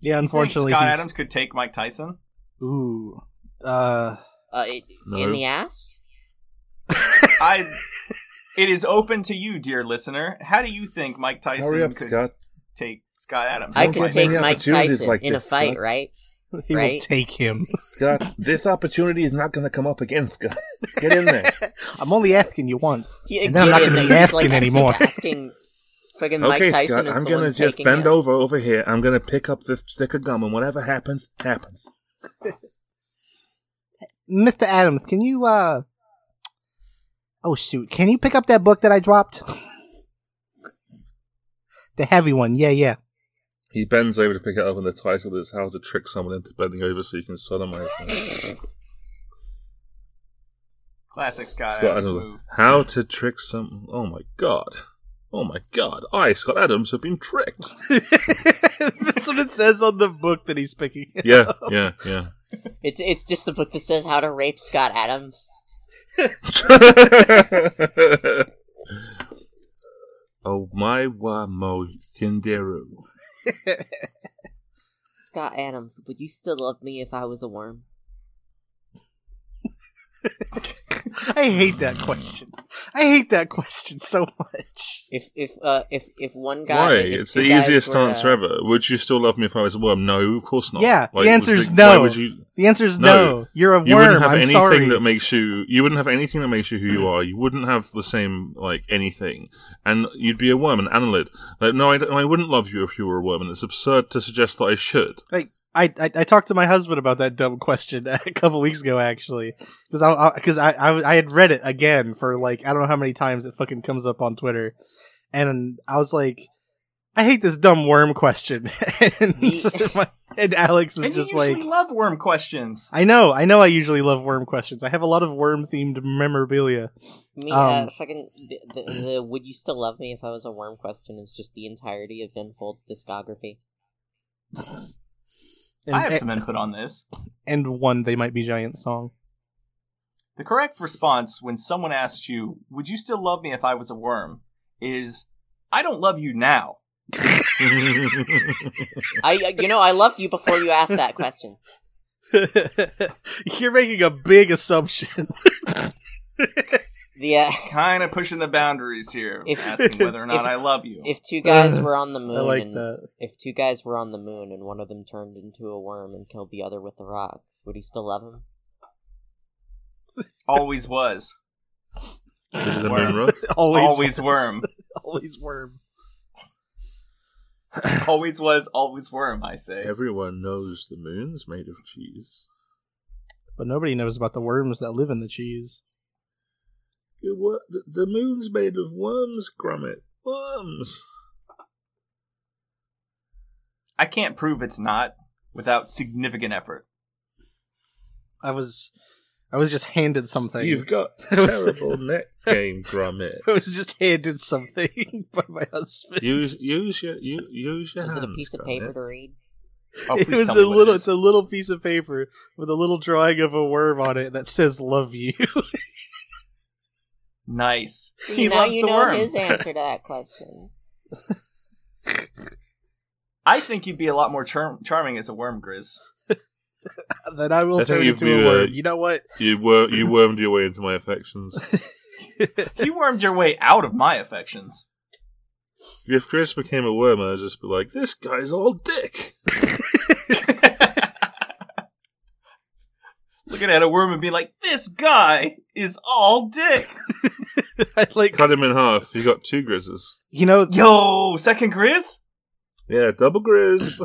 B: yeah
E: You think
B: unfortunately
E: Scott
B: he's-
E: Adams could take Mike Tyson.
B: ooh uh
C: Uh, it,
A: No.
C: in the ass.
E: I. It is open to you, dear listener. How do you think Mike Tyson could take Scott Adams?
C: I
E: Don't
C: could
E: fight
C: take
E: me.
C: Mike
A: opportunities
C: Tyson
A: like
C: in
A: this,
C: a fight,
A: Scott.
C: right?
B: he will
C: Right?
B: take him
A: Scott, this opportunity is not going to come up again, Scott. Get in there.
B: i'm only asking you once
C: He,
B: and then i'm not
C: again,
B: going to be
C: he's
B: asking
C: like,
B: anymore
C: He's asking, friggin' Mike
A: okay,
C: Tyson
A: Scott,
C: is
A: I'm
C: the
A: going
C: one
A: to just
C: taking
A: bend
C: it.
A: over over here. I'm going to pick up this stick of gum, and whatever happens, happens.
B: mr adams can you uh oh shoot can you pick up that book that i dropped the heavy one yeah yeah
A: He bends over to pick it up, and the title is How to Trick Someone into Bending Over So You Can Sodomize Them.
E: Classic Scott,
A: Scott
E: Adams
A: Adams.
E: move.
A: How to Trick Some. Oh my god. Oh my god. I, Scott Adams, have been tricked.
B: That's what it says on the book that he's picking.
A: Yeah, yeah, yeah.
C: It's it's just the book that says how to rape Scott Adams.
A: oh my wa mo Cinderu.
C: Scott Adams, would you still love me if I was a worm?
B: I hate that question. I hate that question so much.
C: If if uh if if one guy
A: Why?
C: if
A: it's the
C: two guys
A: easiest
C: were,
A: answer
C: uh,
A: ever. Would you still love me if I was a worm? No, of course not.
B: Yeah, the
A: would
B: answer is
A: you-
B: no.
A: Why would you?
B: The answer is no.
A: No.
B: You're a
A: You
B: worm.
A: wouldn't have
B: I'm
A: anything
B: sorry.
A: that makes you. You wouldn't have anything that makes you who you are. You wouldn't have the same like anything, and you'd be a worm, an annelid. Like, no, I, don't- I wouldn't love you if you were a worm, and it's absurd to suggest that I should.
B: I, I I talked to my husband about that dumb question a couple weeks ago, actually, because I because I, I I had read it again for like I don't know how many times it fucking comes up on Twitter, and I was like, I hate this dumb worm question, and, so my- and Alex is
E: And you
B: just
E: usually
B: like,
E: love worm questions.
B: I know, I know. I usually love worm questions. I have a lot of worm themed memorabilia.
C: Me,
B: Um,
C: uh, fucking the, the, the would you still love me if I was a worm question is just the entirety of Ben Folds' discography.
B: And, e-
E: I have some input on this.
B: and one they might be giant song.
E: The correct response when someone asks you, "Would you still love me if I was a worm?" is, "I don't love you now."
C: I, uh, you know, I loved you before you asked that question.
B: You're making a big assumption.
C: The uh,
E: Kind of pushing the boundaries here,
C: If-
E: asking whether or not
C: if-
E: I love you.
C: if two guys were on the
B: I
C: moon,
B: like
C: and
B: that.
C: if two guys were on the moon and one of them turned into a worm and killed the other with a rock, would he still love him?
E: Always was,
A: Is it a
E: Worm.
A: moon rock?
B: Always,
E: always worm,
B: Always worm.
E: always was, always worm. I say.
A: Everyone knows the moon's made of cheese.
B: But nobody knows about the worms that live in the cheese.
A: It wa- the, the moon's made of worms, Grummet. Worms.
E: I can't prove it's not without significant effort.
B: I was, I was just handed something.
A: You've got terrible neck game, Grummet.
B: I was just handed something by my husband.
A: Use use your u- use your
C: Is it
A: hands.
C: a piece of paper to
A: Grummet.
C: read?
E: Oh,
B: it
E: please
B: was
E: tell
B: a
E: me what it
B: little.
E: is.
B: it's a little piece of paper with a little drawing of a worm on it that says "Love you."
E: Nice.
C: See,
E: He
C: now
E: loves
C: you
E: the
C: know
E: worm.
C: his answer to that question.
E: I think you'd be a lot more charm- charming as a worm, Grizz.
B: then I will
A: I think
B: turn
A: you've
B: into a
A: been, uh,
B: worm. You know what?
A: You wor- you wormed your way into my affections.
E: You wormed your way out of my affections.
A: If Chris became a worm, I'd just be like, "This guy's all dick."
E: Looking at a worm and being like, this guy is all dick.
B: I like
A: Cut him in half. You got two grizzes.
B: you know.
E: Yo, second Grizz?
A: Yeah, double grizz.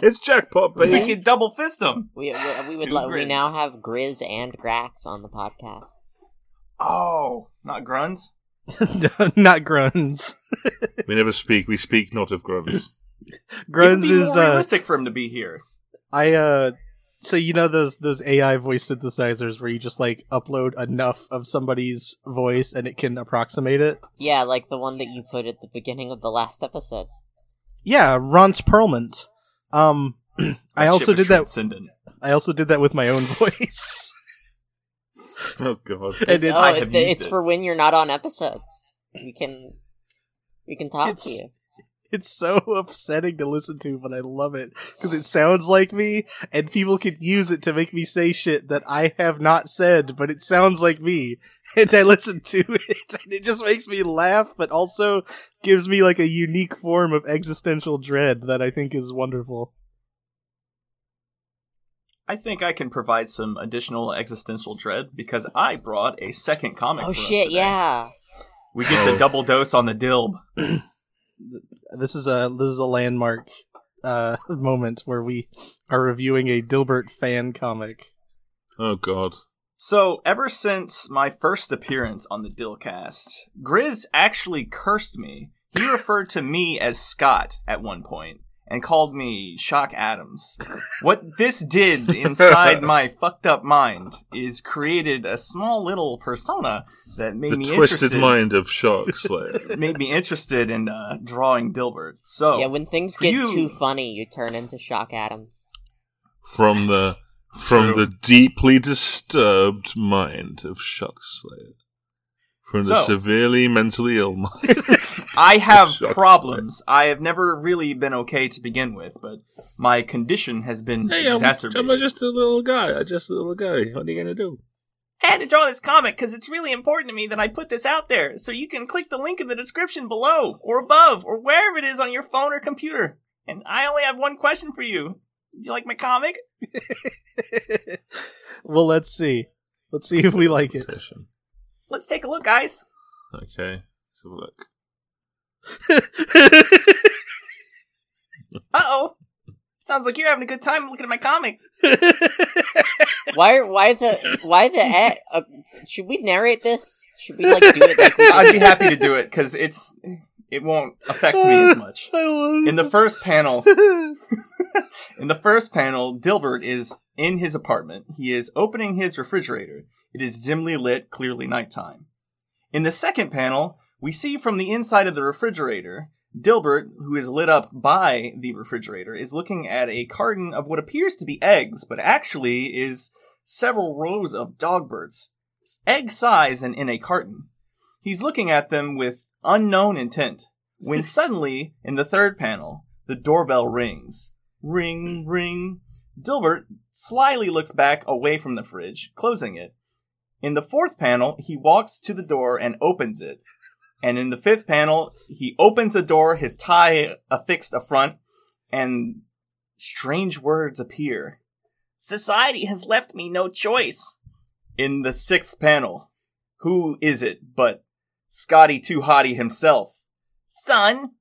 A: it's jackpot,
E: We
A: baby.
E: can double fist him.
C: We we, we would
E: Two
C: lo- we
E: Grizz.
C: now have Grizz and Grax on the podcast.
E: Oh, not Gruns?
B: not Gruns.
A: we never speak. We speak not of grunts.
E: It would
B: Gruns
E: be more
B: is uh,
E: realistic for him to be here.
B: I uh so you know those those AI voice synthesizers where you just like upload enough of somebody's voice and it can approximate it?
C: Yeah, like the one that you put at the beginning of the last episode.
B: Yeah, Ron's Perlment. Um I
E: That
B: also
E: shit was
B: did that
E: transcendent.
B: I also did that with my own voice.
A: oh god.
B: and
C: oh,
E: I
B: it's
C: it's,
E: have
C: the-
E: used
C: it's
E: it.
C: for when you're not on episodes. We can we can talk to
B: It's-
C: you.
B: it's so upsetting to listen to, but I love it cuz it sounds like me and people could use it to make me say shit that I have not said, but it sounds like me. And I listen to it and it just makes me laugh, but also gives me like a unique form of existential dread that I think is wonderful.
E: I think I can provide some additional existential dread because I brought a second comic.
C: Oh
E: for us
C: shit,
E: today.
C: yeah.
E: We get
A: Oh.
E: to double dose on the dilb.
B: This is a this is a landmark uh moment where we are reviewing a Dilbert fan comic.
A: Oh god.
E: So, ever since my first appearance on the Dillcast, Grizz actually cursed me. He referred to me as Scott at one point and called me Shock Adams. What this did inside my fucked up mind is created a small little persona that made
A: The
E: me
A: twisted
E: interested,
A: mind of Shark Slayer.
E: made me interested in uh, drawing Dilbert. So,
C: Yeah, when things
E: Oh, for
C: get
E: you-
C: too funny, you turn into Shock Adams.
A: from the from
E: True.
A: the deeply disturbed mind of Shark Slayer. From the
E: So-
A: severely mentally ill mind.
E: I have
A: Shucks.
E: problems. I have never really been okay to begin with, but my condition has
A: um,
E: been exacerbated.
A: a little guy. I'm just a little guy. What are you gonna do?
E: I had to draw this comic because it's really important to me that I put this out there. So you can click the link in the description below, or above, or wherever it is on your phone or computer. And I only have one question for you. Do you like my comic?
B: well, let's see. Let's see if we like it.
A: Petition.
E: Let's take a look, guys.
A: Okay, let's have a look.
E: Uh oh. Sounds like you're having a good time looking at my comic.
C: Why why the why the e- uh, should we narrate this? Should we like do it like we
E: I'd be happy to do it because it's it won't affect me as much.
B: I love
E: In the
B: this.
E: first panel, In the first panel, Dilbert is in his apartment. He is opening his refrigerator. It is dimly lit, clearly nighttime. In the second panel, we see from the inside of the refrigerator, Dilbert, who is lit up by the refrigerator, is looking at a carton of what appears to be eggs, but actually is several rows of dogbirds, egg size and in a carton. He's looking at them with unknown intent. When suddenly, in the third panel, the doorbell rings. Ring, ring. Dilbert slyly looks back away from the fridge, closing it. In the fourth panel, he walks to the door and opens it. And in the fifth panel, he opens the door, his tie affixed affront, and strange words appear. Society has left me no choice. In the sixth panel, who is it but Scotty Too Hottie himself? Son!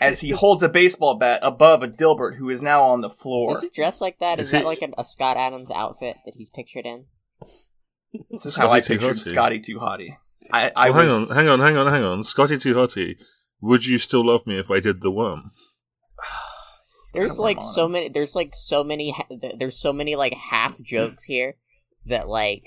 E: As he holds a baseball bat above a Dilbert who is now on the floor.
C: Is he dressed like that? Is,
A: Is
C: that
A: he-
C: like an, a Scott Adams outfit that he's pictured in?
E: This is how I
A: Scotty Too
E: pictured
A: Hottie.
E: Scotty Too Hottie. I, I
A: Well,
E: was.
A: Hang on, hang on, hang on, hang on. Scotty Too Hotty, would you still love me if I did the worm?
E: It's kinda
C: There's like
E: warm on
C: so
E: him.
C: many. There's like so many. ha- th- There's so many like half jokes here that like.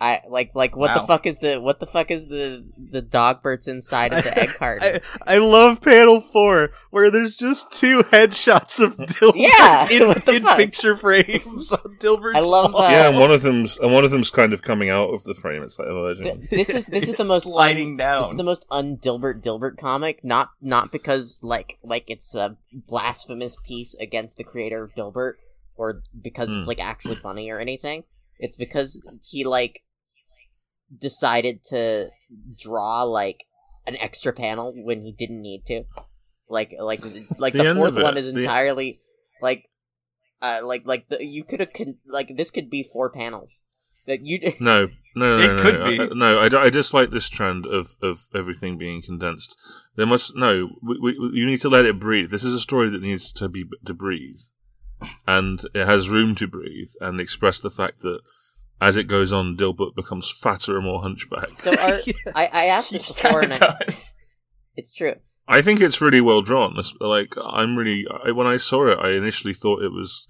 C: I like like what the
E: Wow.
C: fuck is the what the fuck is the the dog birds inside of the egg carton?
B: I, I love panel four where there's just two headshots of Dilbert
C: Yeah,
B: in,
C: what the
B: in
C: fuck?
B: picture frames on Dilbert's
C: I love uh,
B: wall.
C: that.
A: yeah, and one of them's and one of them's kind of coming out of the frame. It's like oh, emerging.
C: Th- this is this is the
E: It's
C: most
E: sliding
C: un-
E: down.
C: This is the most undilbert Dilbert comic. Not not because like like it's a blasphemous piece against the creator of Dilbert, or because
A: Hmm.
C: it's like actually funny or anything. It's because he like decided to draw like an extra panel when he didn't need to. Like like like
A: The
C: the,
A: end
C: fourth
A: of it,
C: one is
A: the-
C: entirely like uh like like the, you could have con- like this could be four panels. That you
A: No, no, no,
E: It
A: no,
E: could
A: no.
E: be.
A: I- I, no, I, d- I dislike this trend of, of everything being condensed. There must no. We, we, we- you need to let it breathe. This is a story that needs to be to breathe, and it has room to breathe and express the fact that as it goes on, Dilbert becomes fatter and more hunchbacked.
C: So are, I, I asked
E: He
C: this before, and
E: kinda
C: I,
E: does.
C: it's true.
A: I think it's really well drawn. It's, Like I'm really I, when I saw it, I initially thought it was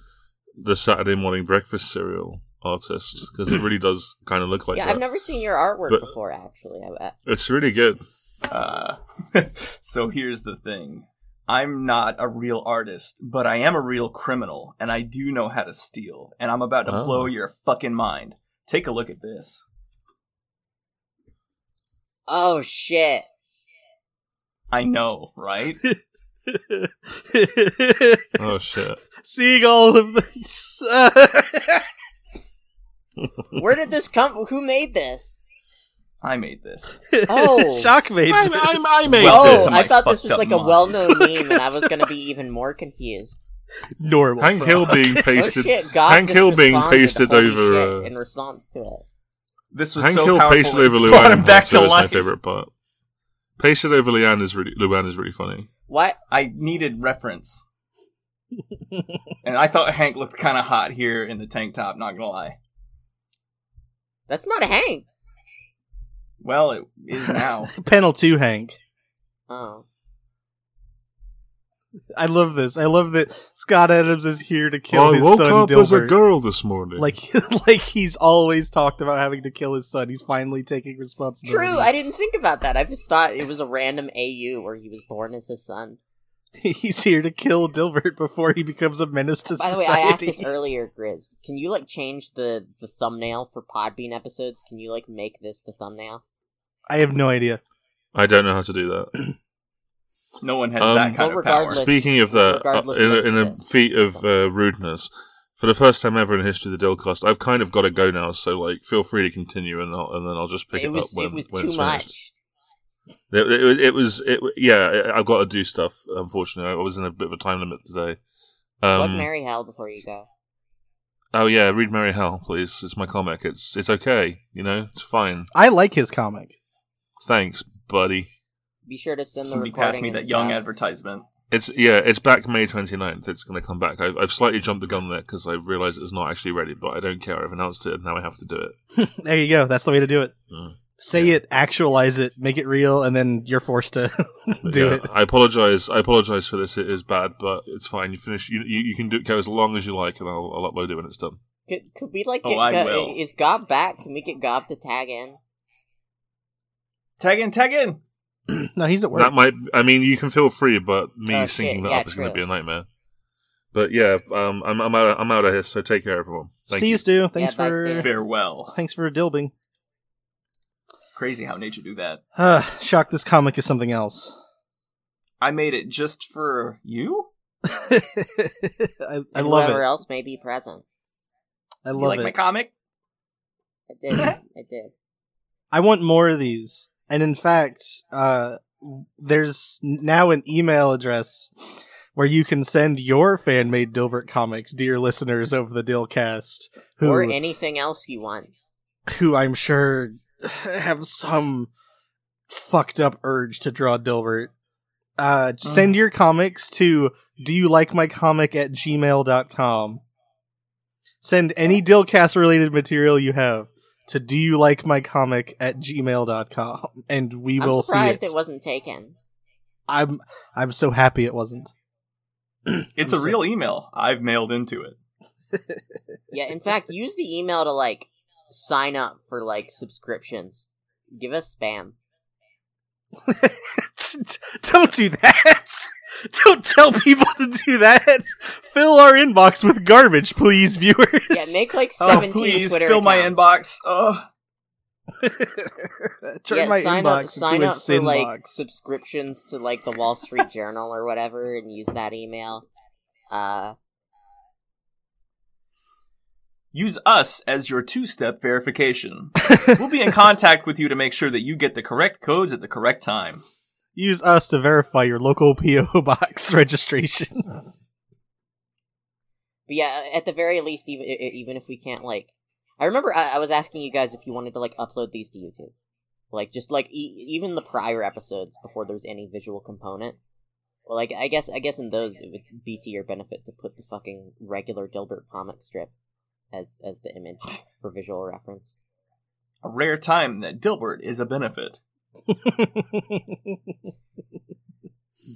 A: the Saturday morning breakfast cereal artist because it really does kind of look like
C: yeah,
A: that.
C: I've never seen your artwork
A: uh, But-
C: before. Actually, I, I,
A: it's really good.
E: Uh, so here's the thing. I'm not a real artist, but I am a real criminal, and I do know how to steal, and I'm about to
A: Oh.
E: blow your fucking mind. Take a look at this.
C: oh shit!
E: I know, right?
A: Oh shit.
B: Seeing all of these.
C: Where did this come? Who made this?
E: I made this.
C: Oh.
B: Shock made
A: I'm,
B: this.
A: I'm, I made
E: Welcome
C: Oh,
A: this.
E: to my
C: I thought this
E: fucked
C: was
E: up
C: like a
E: mind.
C: well-known meme, and I was gonna be even more confused.
B: normal.
A: Hank
B: frog.
A: Hill being
C: Oh
A: pasted.
C: shit! God,
A: Hank
C: just
A: Hill being
C: responded,
A: pasted
C: holy
A: over,
C: shit,
A: uh,
C: in response to it.
E: This was
A: Hank
E: so
A: Hill
E: powerful.
A: pasted
E: it
A: over
E: brought him
A: Luann
E: back to
A: is my
E: life.
A: favorite part. Pasted over Luann is really Luann is really funny.
C: Why?
E: I needed reference, and I thought Hank looked kind of hot here in the tank top. Not gonna lie.
C: That's not Hank.
E: Well, it is now.
B: Panel two, Hank.
C: Oh,
B: I love this. I love that Scott Adams is here to kill
A: I
B: his
A: woke
B: son
A: up
B: Dilbert.
A: as a girl this morning.
B: Like, like he's always talked about having to kill his son. He's finally taking responsibility.
C: true. I didn't think about that. I just thought it was a random AU where he was born as his son.
B: he's here to kill Dilbert before he becomes a menace to
C: By the way,
B: society.
C: I asked this earlier, Grizz. Can you like change the the thumbnail for Podbean episodes? Can you like make this the thumbnail?
B: I have no idea.
A: I don't know how to do that.
E: No one has
A: Um,
E: that kind
C: Well,
E: of power.
C: regardless-
A: Speaking of that, uh,
C: Regardless
A: in a,
C: of
A: in a
C: this.
A: feat of uh, rudeness, for the first time ever in the history of the Dillcast, I've kind of got to go now. So like, feel free to continue, and I'll, and then I'll just pick it,
C: it was
A: up when,
C: it was
A: when
C: too
A: it's finished.
C: much.
A: It, it, it was it, yeah. I- I've got to do stuff. Unfortunately, I was in a bit of a time limit today.
C: Plug
A: Um,
C: Mary Hell before you go.
A: oh yeah, read Mary Hell, please. It's my comic. It's it's okay. You know, it's fine.
B: I like his comic.
A: Thanks, buddy.
C: Be sure to send the
E: Somebody
C: recording.
E: passed me
C: and
E: that young
C: stuff.
E: advertisement.
A: It's yeah. It's back May 29th. It's going to come back. I, I've slightly jumped the gun there because I realised it's not actually ready, but I don't care. I've announced it, and now I have to do it.
B: There you go. That's the way to do it.
A: Mm.
B: Say it, actualize it, make it real, and then you're forced to
A: But
B: do
A: yeah,
B: it.
A: I apologise. I apologise for this. It is bad, but it's fine. You finish. You you, you can do, go as long as you like, and I'll, I'll upload it when it's done.
C: Could, could we like
E: Oh,
C: get
E: I
C: Go-
E: will.
C: is Gob back? Can we get Gob to tag in?
E: Tag in, tag in.
B: No, he's at work.
A: That might. I mean, you can feel free, but me
C: Oh,
A: syncing
C: shit,
A: that
C: yeah,
A: up is going to be
C: true.
A: a nightmare. But yeah, um, I'm, I'm out. I'm out of here. So take care, everyone. Thank
B: See
A: you.
B: you, Stu. Thanks
C: Yeah, bye,
B: for
C: Stu.
E: Farewell.
B: thanks for dilbing.
E: Crazy how nature do that.
B: Uh, shock. This comic is something else.
E: I made it just for you.
B: I, I
C: And
B: love
C: whoever
B: it.
C: else may be present.
B: I
E: you
B: love
E: like
B: it.
E: my comic?
C: I did. I did.
B: I want more of these. And in fact, uh, there's now an email address where you can send your fan made Dilbert comics, dear listeners of the Dillcast, who
C: Or anything else you want.
B: who I'm sure have some fucked up urge to draw Dilbert. Uh, send your comics to do you like my comic at gmail.com. Send any Dillcast related material you have to do you like my comic at gmail.com and we
C: I'm
B: will see
C: surprised
B: it.
C: it. wasn't taken.
B: I'm I'm so happy it wasn't.
E: It's
B: I'm
E: a real email. I've mailed into it.
C: Yeah, in fact, use the email to like sign up for like subscriptions. Give us spam.
B: Don't do that. Don't tell people to do that. Fill our inbox with garbage, please, viewers.
C: Yeah, make like
E: Oh,
C: seventeen
E: please
C: Twitter
E: fill my
C: accounts.
E: inbox. Ugh.
B: turn
C: yeah,
B: my
C: sign
B: inbox
C: up, sign
B: into a
C: up for
B: sin
C: like
B: box.
C: subscriptions to like the Wall Street Journal or whatever, and use that email. Uh,
E: Use us as your two step verification. we'll be in contact with you to make sure that you get the correct codes at the correct time.
B: Use us to verify your local PO box registration.
C: But yeah, at the very least, even e- e- even if we can't like, I remember I, I was asking you guys if you wanted to like upload these to YouTube, like just like e- even the prior episodes before there was any visual component. Well, like I guess I guess in those it would be to your benefit to put the fucking regular Dilbert comic strip as as the image for visual reference.
E: A rare time that Dilbert is a benefit.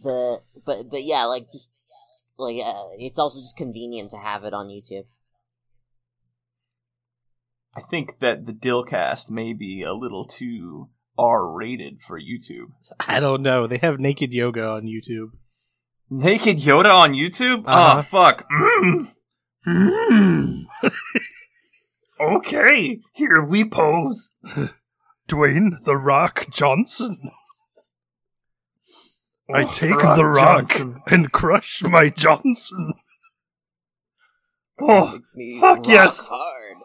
C: The but but yeah, like just like uh, it's also just convenient to have it on YouTube.
E: I think that the Dillcast may be a little too R rated for YouTube.
B: I don't know. They have naked yoga on YouTube.
E: Naked Yoda on YouTube?
B: Uh-huh.
E: Oh, fuck. Mm.
B: Mm.
E: okay, here we pose.
B: Dwayne the Rock Johnson. I take
E: Rock the Rock Johnson.
B: and crush my Johnson.
E: Oh, Fuck
C: Rock
E: yes.
C: hard.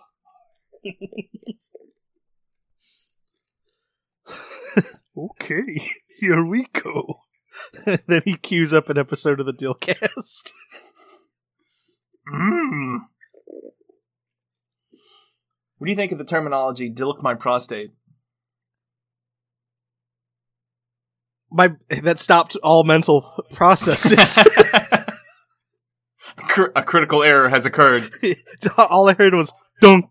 B: Okay, here we go. then he cues up an episode of the Dealcast.
E: mm. What do you think of the terminology, Dilk my prostate?
B: My that stopped all mental processes.
E: Cr- a critical error has occurred.
B: all I heard was dunk.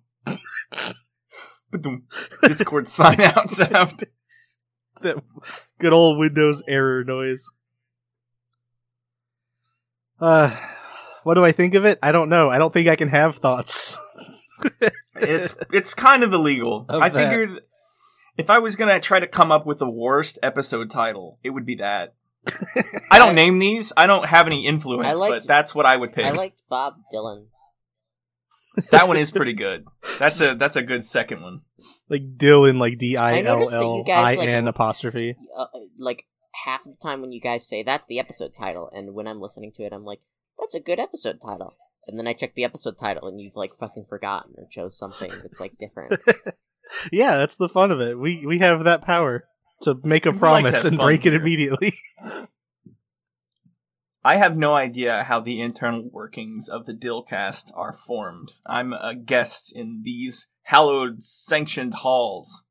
E: Ba-dum. Discord sign out sound.
B: That good old Windows error noise. Uh, what do I think of it? I don't know. I don't think I can have thoughts.
E: It's it's kind of illegal.
B: Of
E: I
B: that.
E: figured if I was gonna try to come up with the worst episode title, it would be that. I don't name these. I don't have any influence,
C: I liked-
E: but that's what I would pick.
C: I liked Bob Dylan.
E: that one is pretty good. That's a that's a good second one.
B: Like Dylan, like D I L
C: noticed that you
B: L I
C: guys, like-
B: N apostrophe.
C: uh, like half of the time when you guys say that's the episode title, and when I'm listening to it, I'm like, that's a good episode title. And then I check the episode title, and you've like fucking forgotten or chose something that's like different.
B: yeah, that's the fun of it. We we have that power to make a
E: We like
B: promise
E: that
B: and
E: fun
B: break it
E: here.
B: immediately.
E: I have no idea how the internal workings of the Dillcast are formed. I'm a guest in these hallowed, sanctioned halls.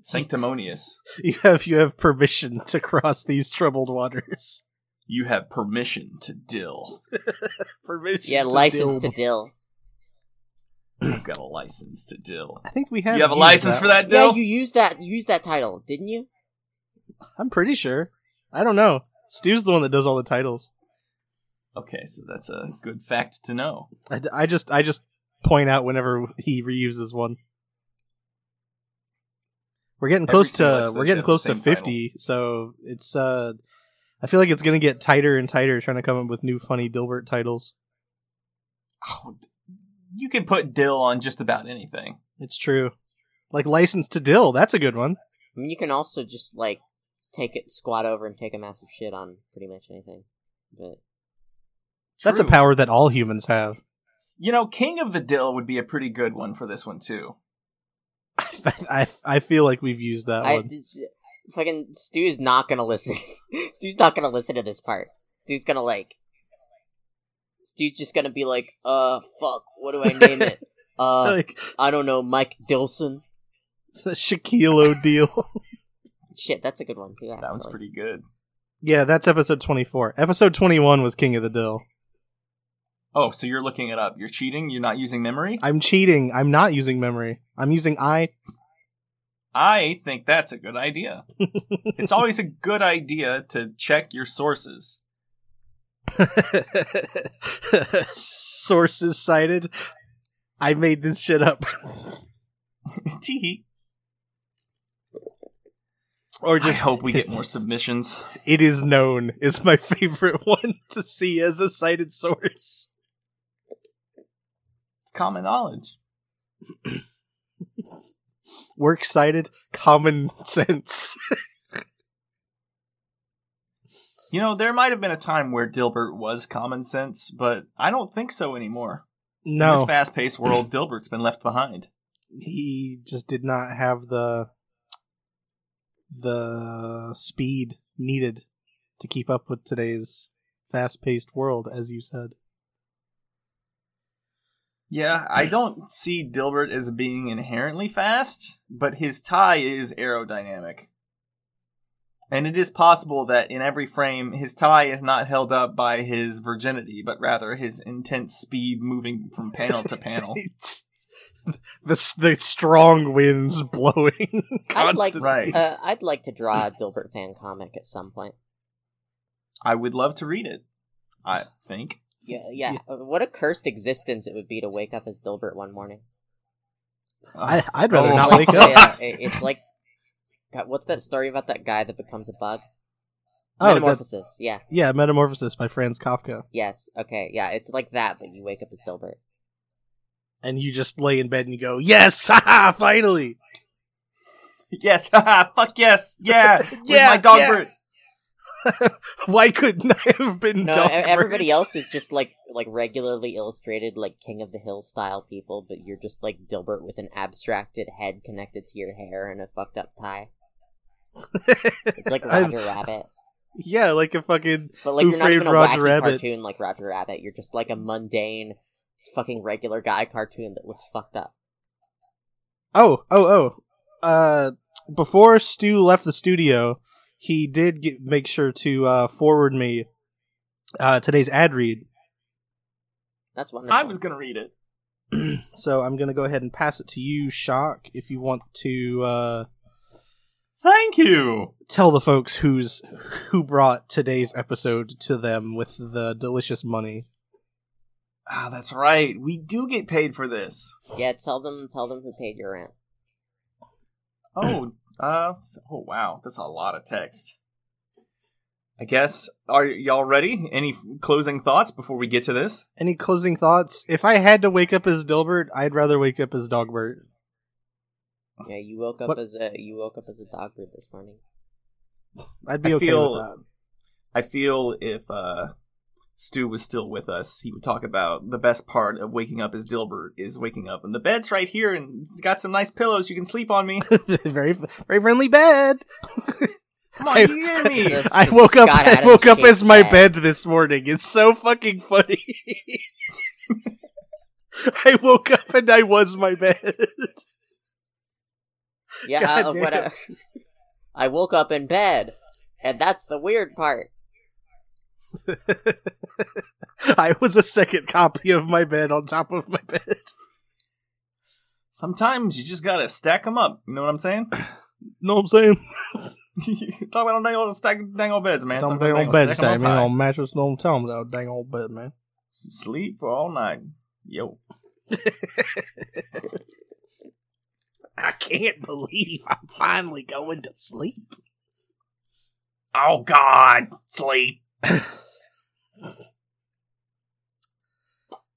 E: Sanctimonious.
B: you have you have permission to cross these troubled waters.
E: You have permission to dill.
B: Permission.
C: yeah,
B: to
C: license
B: dill.
C: to dill.
E: You've got a license to dill.
B: I think we have.
E: You have a
B: used
E: license for that
C: Yeah,
E: dill?
C: you used that. You used that title, didn't you?
B: I'm pretty sure. I don't know. Stu's the one that does all the titles.
E: Okay, so that's a good fact to know.
B: I, I just I just point out whenever he reuses one. We're getting
E: Every
B: close
E: single
B: to
E: episode
B: we're
E: should
B: getting
E: have
B: close
E: the
B: to
E: same title.
B: fifty, so it's uh I feel like it's gonna get tighter and tighter trying to come up with new funny Dilbert titles.
E: Oh, you could put Dill on just about anything.
B: It's true. Like License to Dill, that's a good one.
C: I mean, you can also just like take it, squat over, and take a massive shit on pretty much anything. But
B: That's a
E: True.
B: power that all humans have.
E: You know, King of the Dill would be a pretty good one for this one too.
B: I, I feel like we've used that
C: I
B: one.
C: it's- fucking Stu's not gonna listen. Stu's not gonna listen to this part. Stu's gonna like. Stu's just gonna be like, uh, fuck. What do I name it? Uh,
B: like
C: I don't know, Mike Dilson.
B: Shaquille O'Deal.
C: Shit, that's a good one too. Actually.
E: That one's pretty good.
B: yeah, that's episode 24. Episode 21 was King of the Dill.
E: Oh, so you're looking it up. You're cheating. You're not using memory.
B: I'm cheating. I'm not using memory. I'm using I.
E: I think that's a good idea. it's always a good idea to check your sources.
B: Sources cited. I made this shit up.
E: Teehee.
B: or
E: I
B: just
E: hope we get more submissions.
B: it is known is my favorite one to see as a cited source.
E: It's common knowledge.
B: Work cited, common sense.
E: You know, there might have been a time where Dilbert was common sense, but I don't think so anymore. In this
B: no,
E: fast paced world, Dilbert's been left behind.
B: he just did not have the the speed needed to keep up with today's fast-paced world as you said.
E: Yeah, I don't see Dilbert as being inherently fast, but his tie is aerodynamic. And it is possible that in every frame, his tie is not held up by his virginity, but rather his intense speed moving from panel to panel.
B: It's the the strong winds blowing
C: I'd like-
B: constantly.
E: Right.
C: Uh, I'd like to draw a Dilbert fan comic at some point.
E: I would love to read it, I think.
C: Yeah, yeah. Uh, What a cursed existence it would be to wake up as Dilbert one morning.
B: I, I'd rather
E: Oh.
B: not
C: It's
B: wake
C: like,
B: up.
C: yeah, it- it's like, God, what's that story about that guy that becomes a bug?
B: Oh, that-
C: Metamorphosis. Yeah.
B: Yeah, Metamorphosis by Franz Kafka.
C: Yes. Okay. Yeah. It's like that, but you wake up as Dilbert.
B: And you just lay in bed and you go, yes, haha, finally.
E: Yes, haha, fuck yes, yeah, yeah,
B: Yeah,
E: my dog
B: yeah.
E: Bert.
B: Why couldn't I have been
C: No,
B: done?
C: e- everybody else is just like like regularly illustrated, like King of the Hill style people, but you're just like Dilbert with an abstracted head connected to your hair and a fucked up tie. It's like Roger Rabbit,
B: yeah, like a fucking.
C: but like
B: Who
C: you're not even a
B: Framed Roger
C: wacky
B: Rabbit?
C: cartoon like Roger Rabbit. You're just like a mundane, fucking regular guy cartoon that looks fucked up.
B: Oh, oh, oh. Uh, before Stu left the studio, he did get, make sure to uh, forward me uh, today's ad read.
C: That's wonderful.
E: I was gonna read it.
B: So I'm going to go ahead and pass it to you, Shock, if you want to uh,
E: Thank you.
B: tell the folks who's who brought today's episode to them with the delicious money.
E: Ah, that's right. We do get paid for this.
C: Yeah, tell them, tell them who paid your rent.
E: Oh, uh, s- oh wow, that's a lot of text. I guess are y- y'all ready? Any f- closing thoughts before we get to this?
B: Any closing thoughts? If I had to wake up as Dilbert, I'd rather wake up as Dogbert.
C: Yeah, you woke up
B: What-
C: as a you woke up as a dog bird this morning.
B: I'd be
E: I
B: okay
E: feel-
B: with that.
E: I feel if uh, Stu was still with us, he would talk about the best part of waking up as Dilbert is waking up, and the bed's right here, and it's got some nice pillows. You can sleep on me.
B: very very friendly bed.
E: Come on, you hear me?
C: Yes.
B: I
C: It's
B: woke up.
C: Scott
B: I
C: Adams
B: woke up
C: shaped
B: as my
C: bed.
B: bed this morning. It's so fucking funny. I woke up and I was my bed.
C: Yeah, uh,
B: God
C: what
B: damn.
C: I, I woke up in bed, and that's the weird part.
B: I was a second copy of my bed on top of my bed.
E: Sometimes you just gotta stack them up. You know what I'm saying?
B: Know what I'm saying?
E: Talk about dang old stack dang old beds, man.
B: Don't
E: Talk about
B: dang
E: dang
B: on
E: old
B: bed,
E: stack 'em
B: I
E: up
B: mean,
E: high.
B: on mattress, no tell me about dang old bed, man.
E: Sleep for all night. Yo.
G: I can't believe I'm finally going to sleep.
F: Oh, God. Sleep.
B: All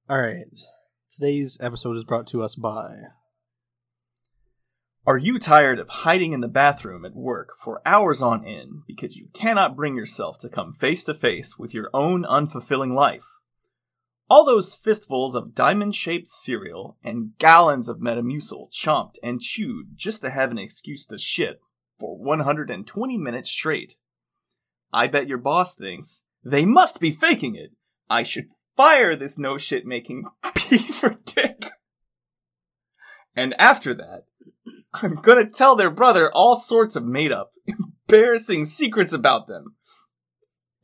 B: right. Today's episode is brought to us by.
E: Are you tired of hiding in the bathroom at work for hours on end because you cannot bring yourself to come face to face with your own unfulfilling life? All those fistfuls of diamond shaped cereal and gallons of Metamucil chomped and chewed just to have an excuse to shit for 120 minutes straight. I bet your boss thinks they must be faking it. I should fire this no shit making pee for dick. And after that, I'm gonna tell their brother all sorts of made up, embarrassing secrets about them.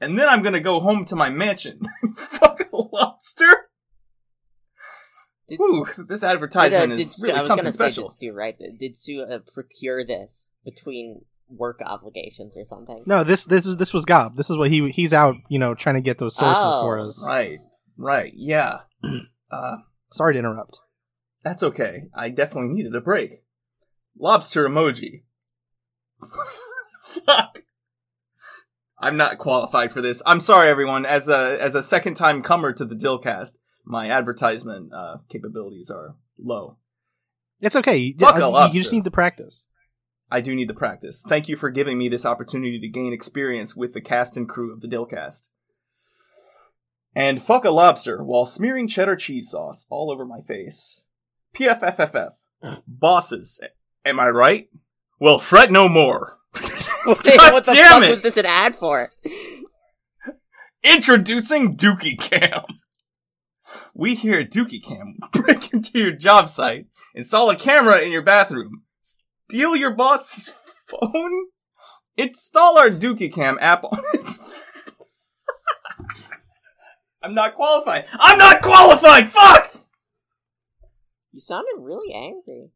E: And then I'm gonna go home to my mansion and fuck a lobster.
C: Did-
E: Whew, this advertisement
C: Did, uh, did
E: is
C: Stu-
E: really
C: I was
E: something
C: gonna
E: special.
C: say, did Stu, right? Did Stu uh, procure this between work obligations or something?
B: No, this this is this was Gob. This is what he he's out, you know, trying to get those sources
C: Oh.
B: for us.
E: right, right, yeah. uh,
B: Sorry to interrupt.
E: that's okay. I definitely needed a break. Lobster emoji. Fuck. I'm not qualified for this. I'm sorry, everyone. As a as a second time comer to the Dillcast, my advertisement uh, capabilities are low.
B: It's okay. You,
E: Fuck a
B: you- you
E: lobster.
B: just need the practice.
E: I do need the practice. Thank you for giving me this opportunity to gain experience with the cast and crew of the Dillcast. And fuck a lobster while smearing cheddar cheese sauce all over my face. PFFFF. Bosses. Am I right? Well, fret no more.
C: Wait, what the
E: damn
C: fuck
E: it!
C: was this an ad for?
E: Introducing Dookie Cam. We here at Dookie Cam break into your job site, install a camera in your bathroom, steal your boss's phone, install our Dookie Cam app on it. I'm not qualified. I'm not qualified. Fuck.
C: You sounded really angry.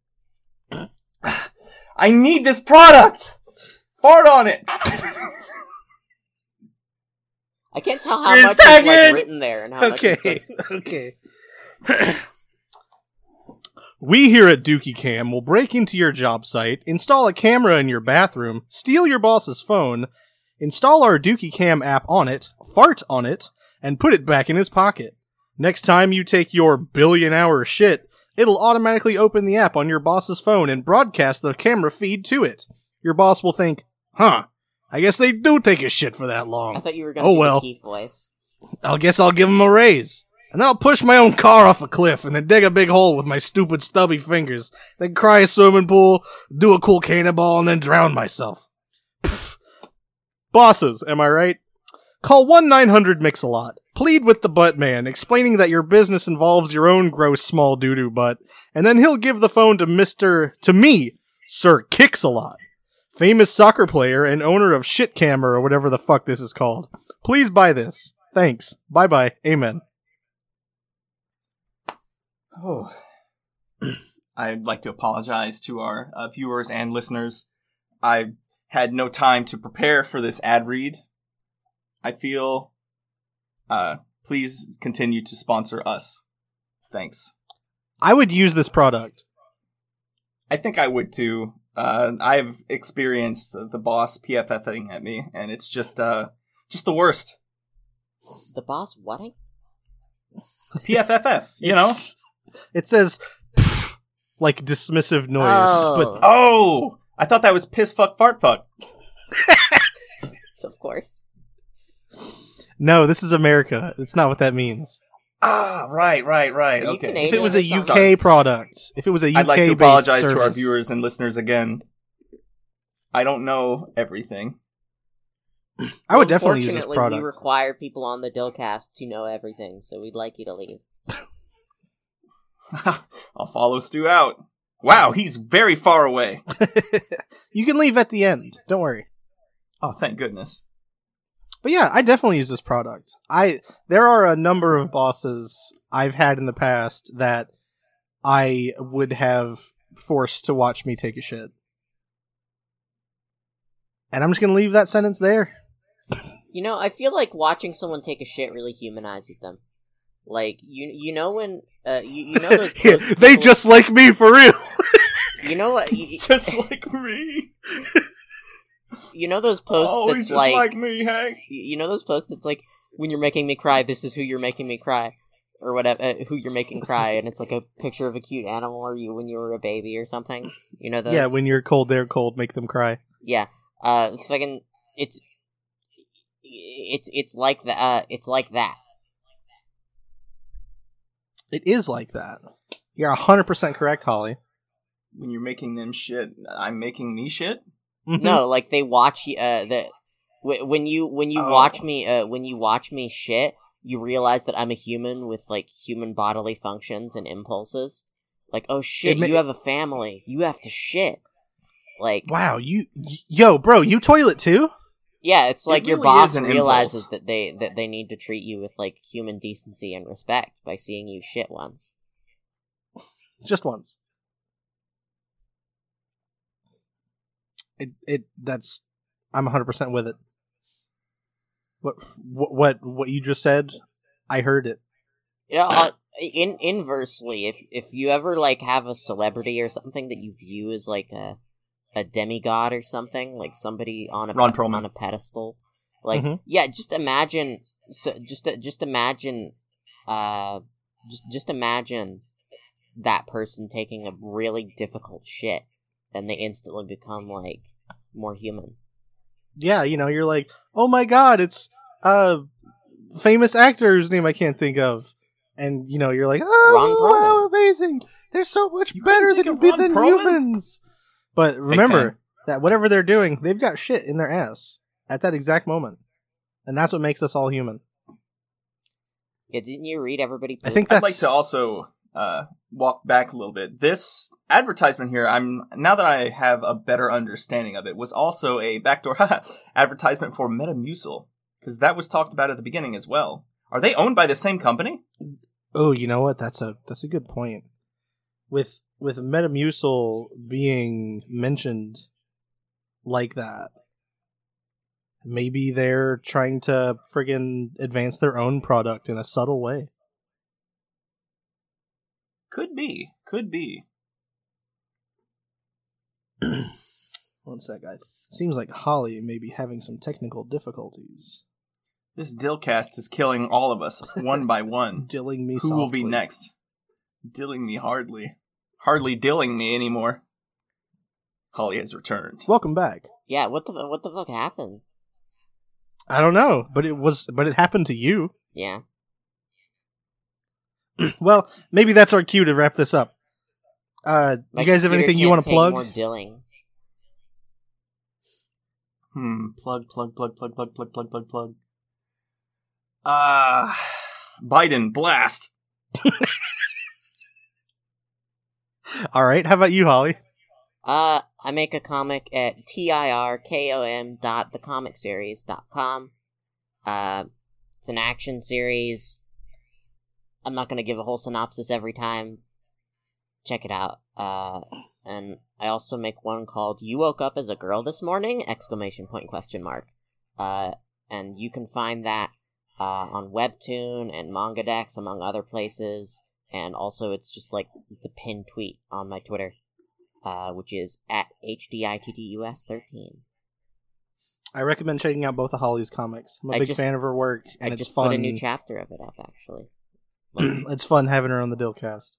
E: I need this product. Fart on it.
C: I can't tell how
E: Chris
C: much is
E: Hagen!
C: like, written there and how much is
B: Okay. okay. we here at Dookie Cam will break into your job site, install a camera in your bathroom, steal your boss's phone, install our Dookie Cam app on it, fart on it, and put it back in his pocket. Next time you take your billion hour shit, it'll automatically open the app on your boss's phone and broadcast the camera feed to it. Your boss will think, huh, I guess they do take a shit for that long.
C: I thought you were gonna
B: Oh,
C: do
B: well.
C: the Keith voice.
B: I'll guess I'll give him a raise. And then I'll push my own car off a cliff and then dig a big hole with my stupid stubby fingers, then cry a swimming pool, do a cool cannonball, and then drown myself. Pff. Bosses, am I right? Call 1 900 Mix a Lot. Plead with the butt man, explaining that your business involves your own gross small doo doo butt, and then he'll give the phone to Mr. to me, Sir Kicks a Lot, famous soccer player and owner of Shit Camera or whatever the fuck this is called. Please buy this. Thanks. Bye bye. Amen.
E: Oh. I'd like to apologize to our uh, viewers and listeners. I had no time to prepare for this ad read. I feel. Uh, please continue to sponsor us. Thanks.
B: I would use this product.
E: I think I would too. Uh, I've experienced the, the boss PFFing at me, and it's just uh, just the worst.
C: The boss what?
E: PFFF, you know.
B: It says "Pff," like dismissive noise,
C: Oh.
B: but
E: Oh, I thought that was piss fuck fart fuck.
C: Of course.
B: no, this is America. It's not what that means.
E: Ah, right, right, right.
C: Are you
E: okay.
C: Canadian
B: If it was a
C: or something?
B: UK product, if it was a UK
E: I'd like to
B: based
E: apologize to our
B: service-
E: viewers and listeners again. I don't know everything.
B: I would definitely use this
C: Unfortunately,
B: product.
C: we require people on the Dillcast to know everything, so we'd like you to leave.
E: I'll follow Stu out. Wow, he's very far away.
B: you can leave at the end. Don't worry.
E: Oh, thank goodness.
B: But yeah, I definitely use this product. I there are a number of bosses I've had in the past that I would have forced to watch me take a shit. And I'm just going to leave that sentence there.
C: You know, I feel like watching someone take a shit really humanizes them. Like you, you know when uh, you, you know those. posts people-
B: like me for real.
C: You know what? You,
E: Just like me.
C: you know those posts
D: oh, he's
C: that's
D: just
C: like,
D: like, me, Hank.
C: y- you know those posts that's like when you're making me cry, this is who you're making me cry, or whatever, uh, who you're making cry, and it's like a picture of a cute animal or you when you were a baby or something. You know those?
B: Yeah, when you're cold, they're cold. Make them cry.
C: yeah. Uh, it's fucking, it's, it's it's like that. Uh, it's like that.
B: It is like that. You're 100% correct, Holly.
E: When you're making them shit, I'm making me shit.
C: no, like they watch y- uh the wh- when you when you
E: Oh.
C: watch me uh when you watch me shit, you realize that I'm a human with like human bodily functions and impulses. Like, oh shit,
B: It ma-
C: you have a family. You have to shit. Like
B: Wow, you. y- Yo, bro, you toilet too?
C: yeah, it's like your
E: really
C: boss
E: is an
C: realizes
E: impulse.
C: that they that they need to treat you with like human decency and respect by seeing you shit once.
B: Just once. It, it that's I'm 100% with it. What what what what you just said? I heard it.
C: Yeah, uh, in inversely, if if you ever like have a celebrity or something that you view as like a a demigod or something, like somebody on a
E: Ron Perlman.
C: on a pedestal, like
B: Mhm.
C: yeah, just imagine, so, just just imagine, uh, just just imagine that person taking a really difficult shit, and they instantly become like more human.
B: Yeah, you know, you're like, "Oh my god, it's uh famous actor whose name I can't think of." And you know, you're like, "Oh, wow, amazing. They're so much better
D: think
B: than
D: of Ron
B: than
D: Perlman?
B: humans." But
E: fan.
B: remember that whatever they're doing, they've got shit in their ass at that exact moment. And that's what makes us all human.
C: Yeah, didn't you read everybody?
B: I
C: Poop?
B: think
E: I'd
B: that's
E: like to also uh, walk back a little bit. This advertisement here, I'm now that I have a better understanding of it, was also a backdoor advertisement for Metamucil because that was talked about at the beginning as well. Are they owned by the same company?
B: Oh, you know what? That's a that's a good point. With with Metamucil being mentioned like that, maybe they're trying to friggin' advance their own product in a subtle way.
E: Could be, could be.
B: One sec, I seems like Holly may be having some technical difficulties.
E: This Dillcast is killing all of us one by one.
B: Dilling me.
E: Who will be
B: softly.
E: next? Dilling me hardly, hardly dilling me anymore. Holly has returned.
B: Welcome back.
C: yeah. What the fu- what the fuck happened?
B: I don't know, but it was but it happened to you.
C: Yeah.
B: well, maybe that's our cue to wrap this up. Uh, you
C: My
B: guys have
C: computer
B: anything you
C: can't
B: want to
C: take
B: plug?
C: More dilling.
E: Hmm. Plug, plug, plug, plug, plug, plug, plug, plug, plug. Uh, Biden blast.
B: All right, how about you, Holly?
C: Uh, I make a comic at tirkom dot thecomicseries dot com. Uh, it's an action series. I'm not gonna give a whole synopsis every time. Check it out. Uh, and I also make one called "You Woke Up as a Girl This Morning!" exclamation point question mark. Uh, and you can find that uh, on Webtoon and MangaDex among other places. And also, it's just like the pinned tweet on my Twitter uh, which is at HDITTUS13.
B: I recommend checking out both of Holly's comics. I'm a
C: I
B: big
C: just-
B: fan of her work, and
C: I
B: it's
C: just
B: fun.
C: put a new chapter of it up, actually.
B: it's fun having her on the Dillcast.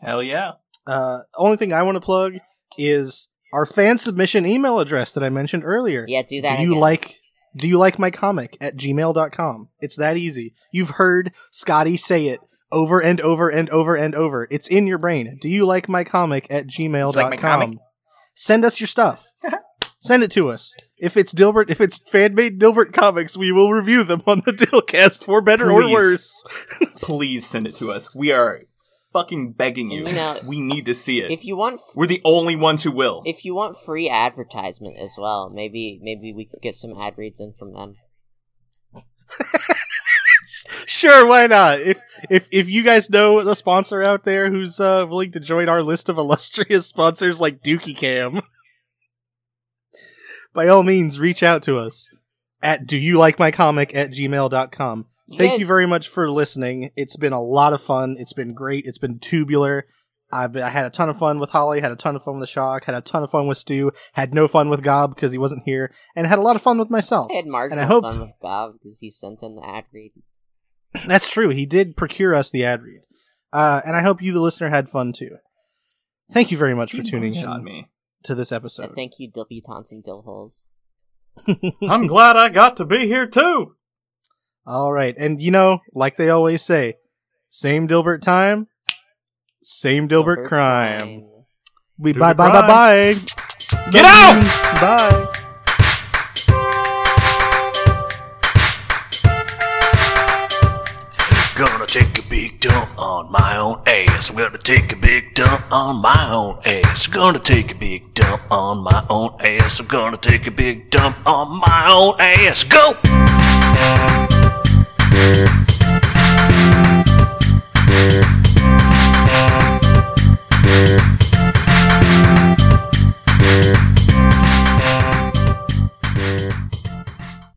E: Hell yeah.
B: Uh, only thing I want to plug is our fan submission email address that I mentioned earlier.
C: Yeah, do that.
B: do you
C: again.
B: like do you like my comic at gmail.com it's that easy you've heard scotty say it over and over and over and over it's in your brain do you like my comic at gmail.com
E: It's like my comic.
B: send us your stuff send it to us if it's dilbert if it's fan-made dilbert comics we will review them on the dillcast for better or
E: Please.
B: worse
E: Please send it to us. We are fucking begging you.
C: You know,
E: we need to see it.
C: If you want, f-
E: We're the only ones who will.
C: if you want free advertisement as well, maybe maybe we could get some ad reads in from them.
B: sure why not if if if you guys know a sponsor out there who's uh willing to join our list of illustrious sponsors like dookie cam by all means reach out to us at do you like my comic at gmail.com thank
C: guys-
B: you very much for listening it's been a lot of fun it's been great it's been tubular I've been, I had a ton of fun with Holly, had a ton of fun with Shock, had a ton of fun with Stu, had no fun with Gob because he wasn't here, and had a lot of fun with myself.
C: I had marginal
B: hope-
C: fun with Gob because he sent in the ad read.
B: That's true. He did procure us the ad read. Uh, and I hope you, the listener, had fun too. Thank you very much for tuning
E: shot
B: in
E: me.
B: to this
C: I
B: episode.
C: thank you, Dilby Thompson Dillholes.
D: I'm glad I got to be here too.
B: All right. And you know, like they always say, same Dilbert time, same Dilbert, crime. We
D: Dilbert
B: bye bye bye
D: crime.
B: bye.
D: Get out!
B: Bye.
F: Gonna take a big dump on my own ass. I'm gonna take a big dump on my own ass. Gonna take a big dump on my own ass. I'm gonna take a big dump on my own ass. Go!